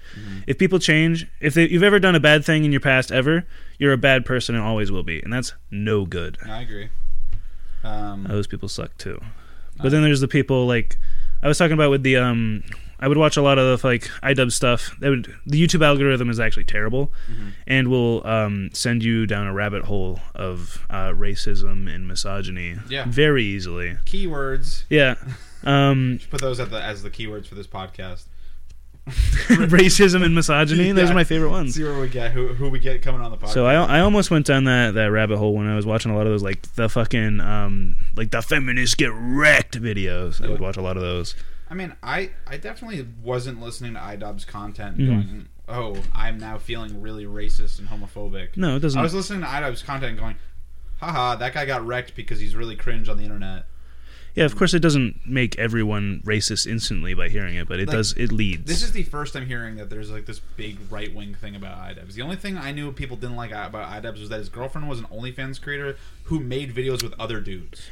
Speaker 2: If people change, if they, you've ever done a bad thing in your past ever, you're a bad person and always will be, and that's no good.
Speaker 1: I agree. Um,
Speaker 2: Those people suck too. But then there's the people like I was talking about with the um. I would watch a lot of like iDub stuff. That would the YouTube algorithm is actually terrible, and will um, send you down a rabbit hole of uh, racism and misogyny
Speaker 1: Yeah.
Speaker 2: very easily.
Speaker 1: keywords.
Speaker 2: Yeah.
Speaker 1: <laughs>
Speaker 2: Um,
Speaker 1: Put those at the, as the keywords for this podcast.
Speaker 2: racism and misogyny. <laughs> Those
Speaker 1: Yeah.
Speaker 2: are my favorite ones.
Speaker 1: See where we get who, who we get coming on the podcast.
Speaker 2: So I, I almost went down that, that rabbit hole when I was watching a lot of those like the fucking um like the feminists get wrecked videos. I would
Speaker 1: Yeah.
Speaker 2: watch a lot of those.
Speaker 1: I mean, I I definitely wasn't listening to iDubbbz content
Speaker 2: Mm-hmm.
Speaker 1: and going, "Oh, I'm now feeling really racist and homophobic."
Speaker 2: No, it doesn't.
Speaker 1: I was listening to iDubbbz content and going, "Haha, that guy got wrecked because he's really cringe on the internet."
Speaker 2: yeah, of course it doesn't make everyone racist instantly by hearing it, but it
Speaker 1: Like,
Speaker 2: does. It leads.
Speaker 1: This is the first I'm hearing that there's like this big right wing thing about iDubbbz. The only thing I knew people didn't like about iDubbbz was that his girlfriend was an OnlyFans creator who made videos with other dudes.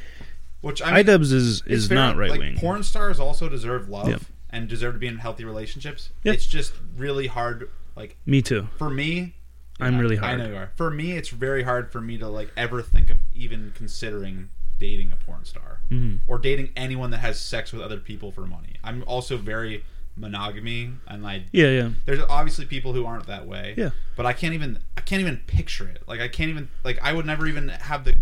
Speaker 1: Which I mean,
Speaker 3: IDubs is
Speaker 1: it's
Speaker 3: is
Speaker 1: fair,
Speaker 3: not right
Speaker 1: like,
Speaker 3: wing.
Speaker 1: Porn stars also deserve love
Speaker 3: Yep.
Speaker 1: and deserve to be in healthy relationships.
Speaker 2: Yep.
Speaker 1: It's just really hard. Like
Speaker 2: Me too.
Speaker 1: for me,
Speaker 2: I'm really
Speaker 1: I
Speaker 2: hard.
Speaker 1: know you are. For me, it's very hard for me to like ever think of even considering dating a porn star
Speaker 3: Mm-hmm.
Speaker 1: or dating anyone that has sex with other people for money. I'm also very monogamy, and I
Speaker 2: Yeah, yeah.
Speaker 1: there's obviously people who aren't that way.
Speaker 2: Yeah.
Speaker 1: But I can't even I can't even picture it. Like I can't even like I would never even have the.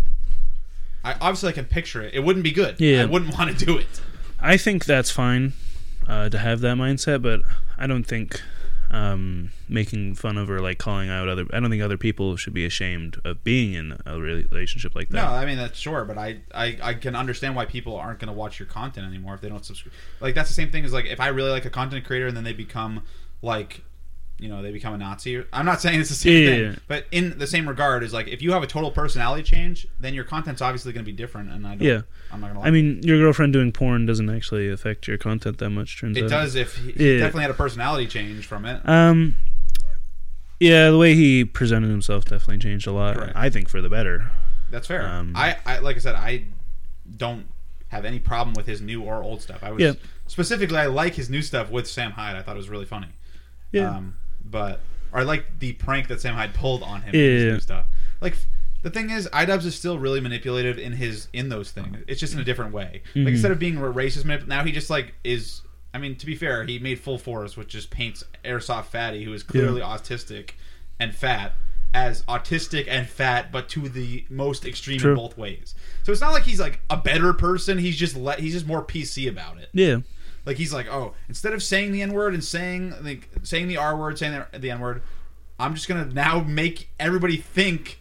Speaker 1: I obviously I can picture it. It wouldn't be good.
Speaker 2: Yeah.
Speaker 1: I wouldn't want to do it.
Speaker 2: I think that's fine uh, to have that mindset, but I don't think um, making fun of or like calling out other. I don't think other people should be ashamed of being in a relationship like
Speaker 1: No,
Speaker 2: that.
Speaker 1: I mean that's sure, but I, I, I can understand why people aren't going to watch your content anymore if they don't subscribe. Like that's the same thing as like if I really like a content creator and then they become like, you know, they become a Nazi. or- I'm not <laughs> saying it's the same
Speaker 2: Yeah,
Speaker 1: thing,
Speaker 2: yeah, yeah.
Speaker 1: but in the same regard is like if you have a total personality change, then your content's obviously going to be different. And I don't,
Speaker 2: Yeah.
Speaker 1: I'm not going to.
Speaker 2: I mean, your girlfriend doing porn doesn't actually affect your content that much. Turns
Speaker 1: it
Speaker 2: out
Speaker 1: does if he, he
Speaker 2: Yeah.
Speaker 1: definitely had a personality change from it.
Speaker 2: Um, yeah, the way he presented himself definitely changed a lot.
Speaker 1: Correct.
Speaker 2: I think for the better.
Speaker 1: That's fair.
Speaker 2: Um,
Speaker 1: I, I like I said, I don't have any problem with his new or old stuff. I was
Speaker 2: Yeah.
Speaker 1: specifically I like his new stuff with Sam Hyde. I thought it was really funny.
Speaker 2: Yeah.
Speaker 1: Um, but or I like the prank that Sam Hyde pulled on him.
Speaker 2: Yeah,
Speaker 1: in his
Speaker 2: yeah,
Speaker 1: new
Speaker 2: yeah.
Speaker 1: stuff. Like the thing is, Idubs is still really manipulative in his in those things. It's just in a different way.
Speaker 2: Mm-hmm.
Speaker 1: Like instead of being a racist, manip- now he just like is. I mean, to be fair, he made Full Force, which just paints airsoft fatty, who is clearly autistic and fat, as autistic and fat, but to the most extreme
Speaker 2: True.
Speaker 1: in both ways. So it's not like he's like a better person. He's just let he's just more PC about it.
Speaker 2: Yeah,
Speaker 1: Like he's like, oh, instead of saying the n word and saying like saying the r word, saying the, the n word, I'm just gonna now make everybody think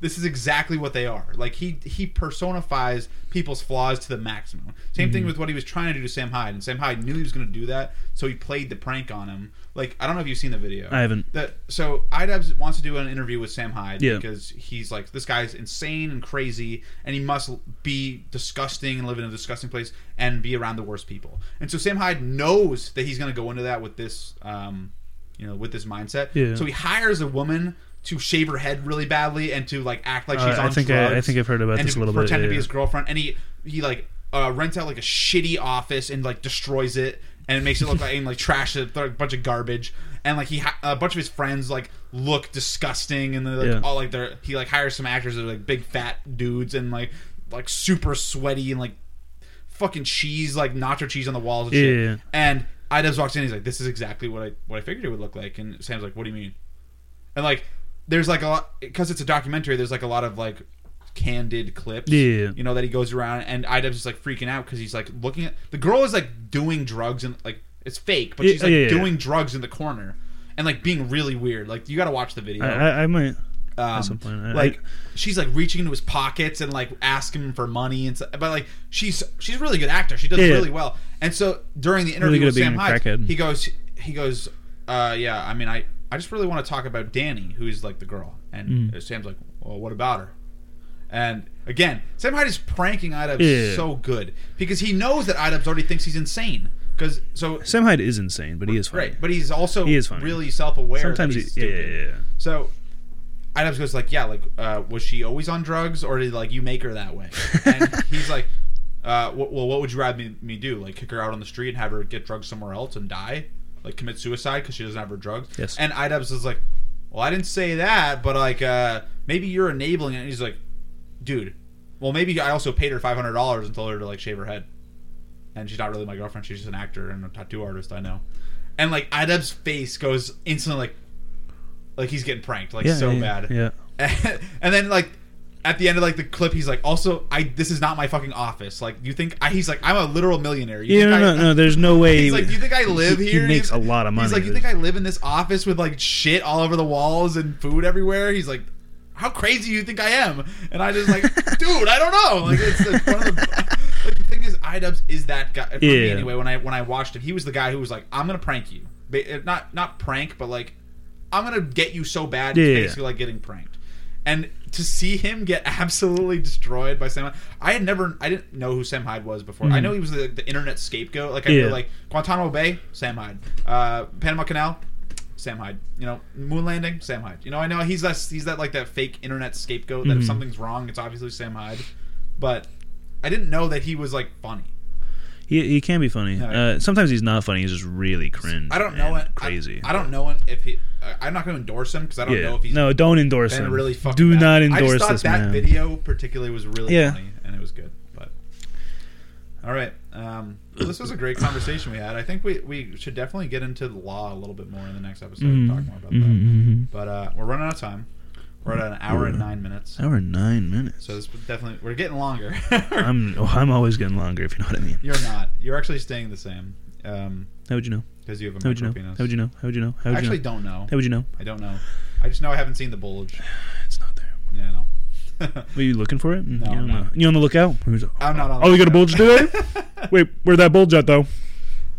Speaker 1: this is exactly what they are. Like he he personifies people's flaws to the maximum. Same
Speaker 2: Mm-hmm.
Speaker 1: thing with what he was trying to do to Sam Hyde, and Sam Hyde knew he was gonna do that, so he played the prank on him. Like I don't know if you've seen the video.
Speaker 2: I haven't.
Speaker 1: That so Idubs wants to do an interview with Sam Hyde
Speaker 2: Yeah.
Speaker 1: because he's like this guy's insane and crazy, and he must be disgusting and live in a disgusting place and be around the worst people. And so Sam Hyde knows that he's going to go into that with this, um, you know, with this mindset.
Speaker 2: Yeah.
Speaker 1: So he hires a woman to shave her head really badly and to like act like
Speaker 2: Uh,
Speaker 1: she's
Speaker 2: I
Speaker 1: on
Speaker 2: think I-
Speaker 1: drugs.
Speaker 2: I think I've heard about
Speaker 1: and
Speaker 2: this
Speaker 1: to
Speaker 2: a little bit,
Speaker 1: pretend to be
Speaker 2: yeah.
Speaker 1: his girlfriend, and he he like uh, rents out like a shitty office and like destroys it and it makes it look like and like trash it, throw a bunch of garbage. And like he, ha- a bunch of his friends like look disgusting, and they're like
Speaker 2: Yeah.
Speaker 1: all like they're he like hires some actors that are like big fat dudes and like like super sweaty and like fucking cheese like nacho cheese on the walls and shit.
Speaker 2: Yeah, yeah.
Speaker 1: And Idubs walks in, he's like, "This is exactly what I what I figured it would look like." And Sam's like, "What do you mean?" And like, there's like a lot because it's a documentary. There's like a lot of like candid clips.
Speaker 2: Yeah.
Speaker 1: You know that he goes around and Idubs is like freaking out because he's like looking at the girl is like doing drugs and like it's fake, but
Speaker 2: Yeah,
Speaker 1: she's like
Speaker 2: yeah, yeah.
Speaker 1: doing drugs in the corner and like being really weird. Like you got to watch the video.
Speaker 2: I, I, I might.
Speaker 1: Um,
Speaker 2: some point, I-
Speaker 1: like she's like reaching into his pockets and like asking him for money and so, but like she's she's a really good actor. She does
Speaker 2: Yeah.
Speaker 1: really well. And so during the interview
Speaker 2: good
Speaker 1: with
Speaker 2: at being
Speaker 1: Sam
Speaker 2: a
Speaker 1: Hyde,
Speaker 2: crackhead.
Speaker 1: he goes he goes, uh, yeah. I mean, I I just really want to talk about Danny, who's like the girl, and
Speaker 2: Mm.
Speaker 1: Sam's like, well, what about her? And again, Sam Hyde is pranking Idubs
Speaker 2: Yeah.
Speaker 1: so good because he knows that Idubs already thinks he's insane. Because so
Speaker 2: Sam Hyde is insane, but he is funny.
Speaker 1: right, but he's also
Speaker 2: He is funny.
Speaker 1: really self aware.
Speaker 2: Sometimes
Speaker 1: Sometimes
Speaker 2: he,
Speaker 1: he's
Speaker 2: yeah,
Speaker 1: stupid.
Speaker 2: yeah, yeah, yeah.
Speaker 1: So Adams goes like, yeah, like uh, was she always on drugs, or did like you make her that way? And he's like, uh, wh- well, what would you rather me, me do? Like kick her out on the street and have her get drugs somewhere else and die, like commit suicide because she doesn't have her drugs?
Speaker 2: Yes.
Speaker 1: And Adams is like, well, I didn't say that, but like uh, maybe you're enabling it. And he's like, dude, well, maybe I also paid her five hundred dollars and told her to like shave her head and she's not really my girlfriend. She's just an actor and a tattoo artist I know. And like Idub's face goes instantly like, like he's getting pranked like
Speaker 2: yeah
Speaker 1: so
Speaker 2: yeah,
Speaker 1: bad.
Speaker 2: Yeah.
Speaker 1: <laughs> And, then like at the end of like the clip, he's like, also I this is not my fucking office. Like you think I, he's like I'm a literal millionaire. You
Speaker 2: Yeah,
Speaker 1: think
Speaker 2: no,
Speaker 1: I,
Speaker 2: no, no. There's no way.
Speaker 1: He's like, you think I live
Speaker 2: He- he
Speaker 1: here?
Speaker 2: makes
Speaker 1: He's-
Speaker 2: a lot of money.
Speaker 1: He's like, you think I live in this office with like shit all over the walls and food everywhere? He's like, how crazy do you think I am? And I just like,
Speaker 2: <laughs>
Speaker 1: dude, I don't know. Like it's like, one of the. <laughs> Like, the thing is, Idubs is that guy. For me
Speaker 2: Yeah.
Speaker 1: anyway, when I when I watched it, he was the guy who was like, I'm gonna prank you. Ba- eh, Not not prank, but like, I'm gonna get you so bad.
Speaker 2: Yeah,
Speaker 1: It's
Speaker 2: yeah, yeah.
Speaker 1: basically like getting pranked. And to see him get <laughs> absolutely destroyed by Sam, Hyde- I had never, I didn't know who Sam Hyde was before. I know he was the, the internet scapegoat. Like I
Speaker 2: Hmm. Yeah.
Speaker 1: feel like Guantanamo Bay, Sam Hyde. Uh, Panama Canal, Sam Hyde. You know, moon landing, Sam Hyde. You know, I know he's
Speaker 2: Mm-hmm.
Speaker 1: that he's that like that fake internet scapegoat that if something's wrong, it's obviously Sam Hyde. But I didn't know that he was like funny.
Speaker 2: He, he can be funny.
Speaker 1: No.
Speaker 2: Uh, sometimes he's not funny. He's just really cringe.
Speaker 1: I don't know
Speaker 2: and
Speaker 1: it.
Speaker 2: Crazy.
Speaker 1: I, I don't know if he. I- I'm not going to endorse him because I don't
Speaker 2: yeah.
Speaker 1: know if he's
Speaker 4: No, don't endorse
Speaker 1: been
Speaker 4: him.
Speaker 1: really fucking.
Speaker 4: Do
Speaker 1: bad.
Speaker 4: not
Speaker 1: I just
Speaker 4: endorse
Speaker 1: thought
Speaker 4: this
Speaker 1: that
Speaker 4: man.
Speaker 2: <laughs>
Speaker 1: video particularly was really
Speaker 4: Yeah.
Speaker 1: funny and it was good. But all right, um, well, this was a great conversation we had. I think we we should definitely get into the law a little bit more in the next episode and
Speaker 2: Mm-hmm.
Speaker 1: talk more about that.
Speaker 2: Mhm.
Speaker 1: But uh, we're running out of time. We're at an hour and nine minutes.
Speaker 2: Hour and nine minutes.
Speaker 1: So this was definitely we're getting longer. <laughs>
Speaker 2: I'm oh, I'm always getting longer. If you know what I mean.
Speaker 1: You're not. You're actually staying the same. Um,
Speaker 2: How would you know?
Speaker 1: because you have a
Speaker 2: How would you
Speaker 1: micro
Speaker 2: know?
Speaker 1: penis.
Speaker 2: How would you know? How would you know? How
Speaker 1: I
Speaker 2: would
Speaker 1: actually
Speaker 2: you know?
Speaker 1: don't know.
Speaker 2: How would you know?
Speaker 1: I don't know. I just know I haven't seen the bulge.
Speaker 2: It's not there.
Speaker 1: Yeah, I know.
Speaker 2: Were you looking for it?
Speaker 1: No,
Speaker 2: you
Speaker 1: I'm
Speaker 2: don't know.
Speaker 1: not. Uh,
Speaker 2: You on the lookout? Who's-
Speaker 1: I'm not on.
Speaker 4: Oh,
Speaker 1: the
Speaker 4: you got a bulge
Speaker 1: <laughs>
Speaker 4: today? Wait, where'd that bulge at though?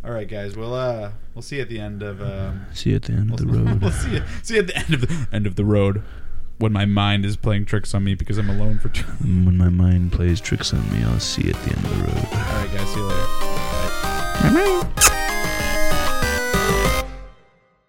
Speaker 1: All right, guys. We'll uh, we'll see you at the end of um,
Speaker 2: See you at the end of
Speaker 1: <laughs>
Speaker 2: the
Speaker 1: we'll-
Speaker 2: road.
Speaker 1: we'll see you, see you at the end of the end of the road when my mind is playing tricks on me because I'm alone for two. <laughs>
Speaker 2: Mm, when my mind plays tricks on me, I'll see you at the end of the road.
Speaker 1: All right, guys. See you later.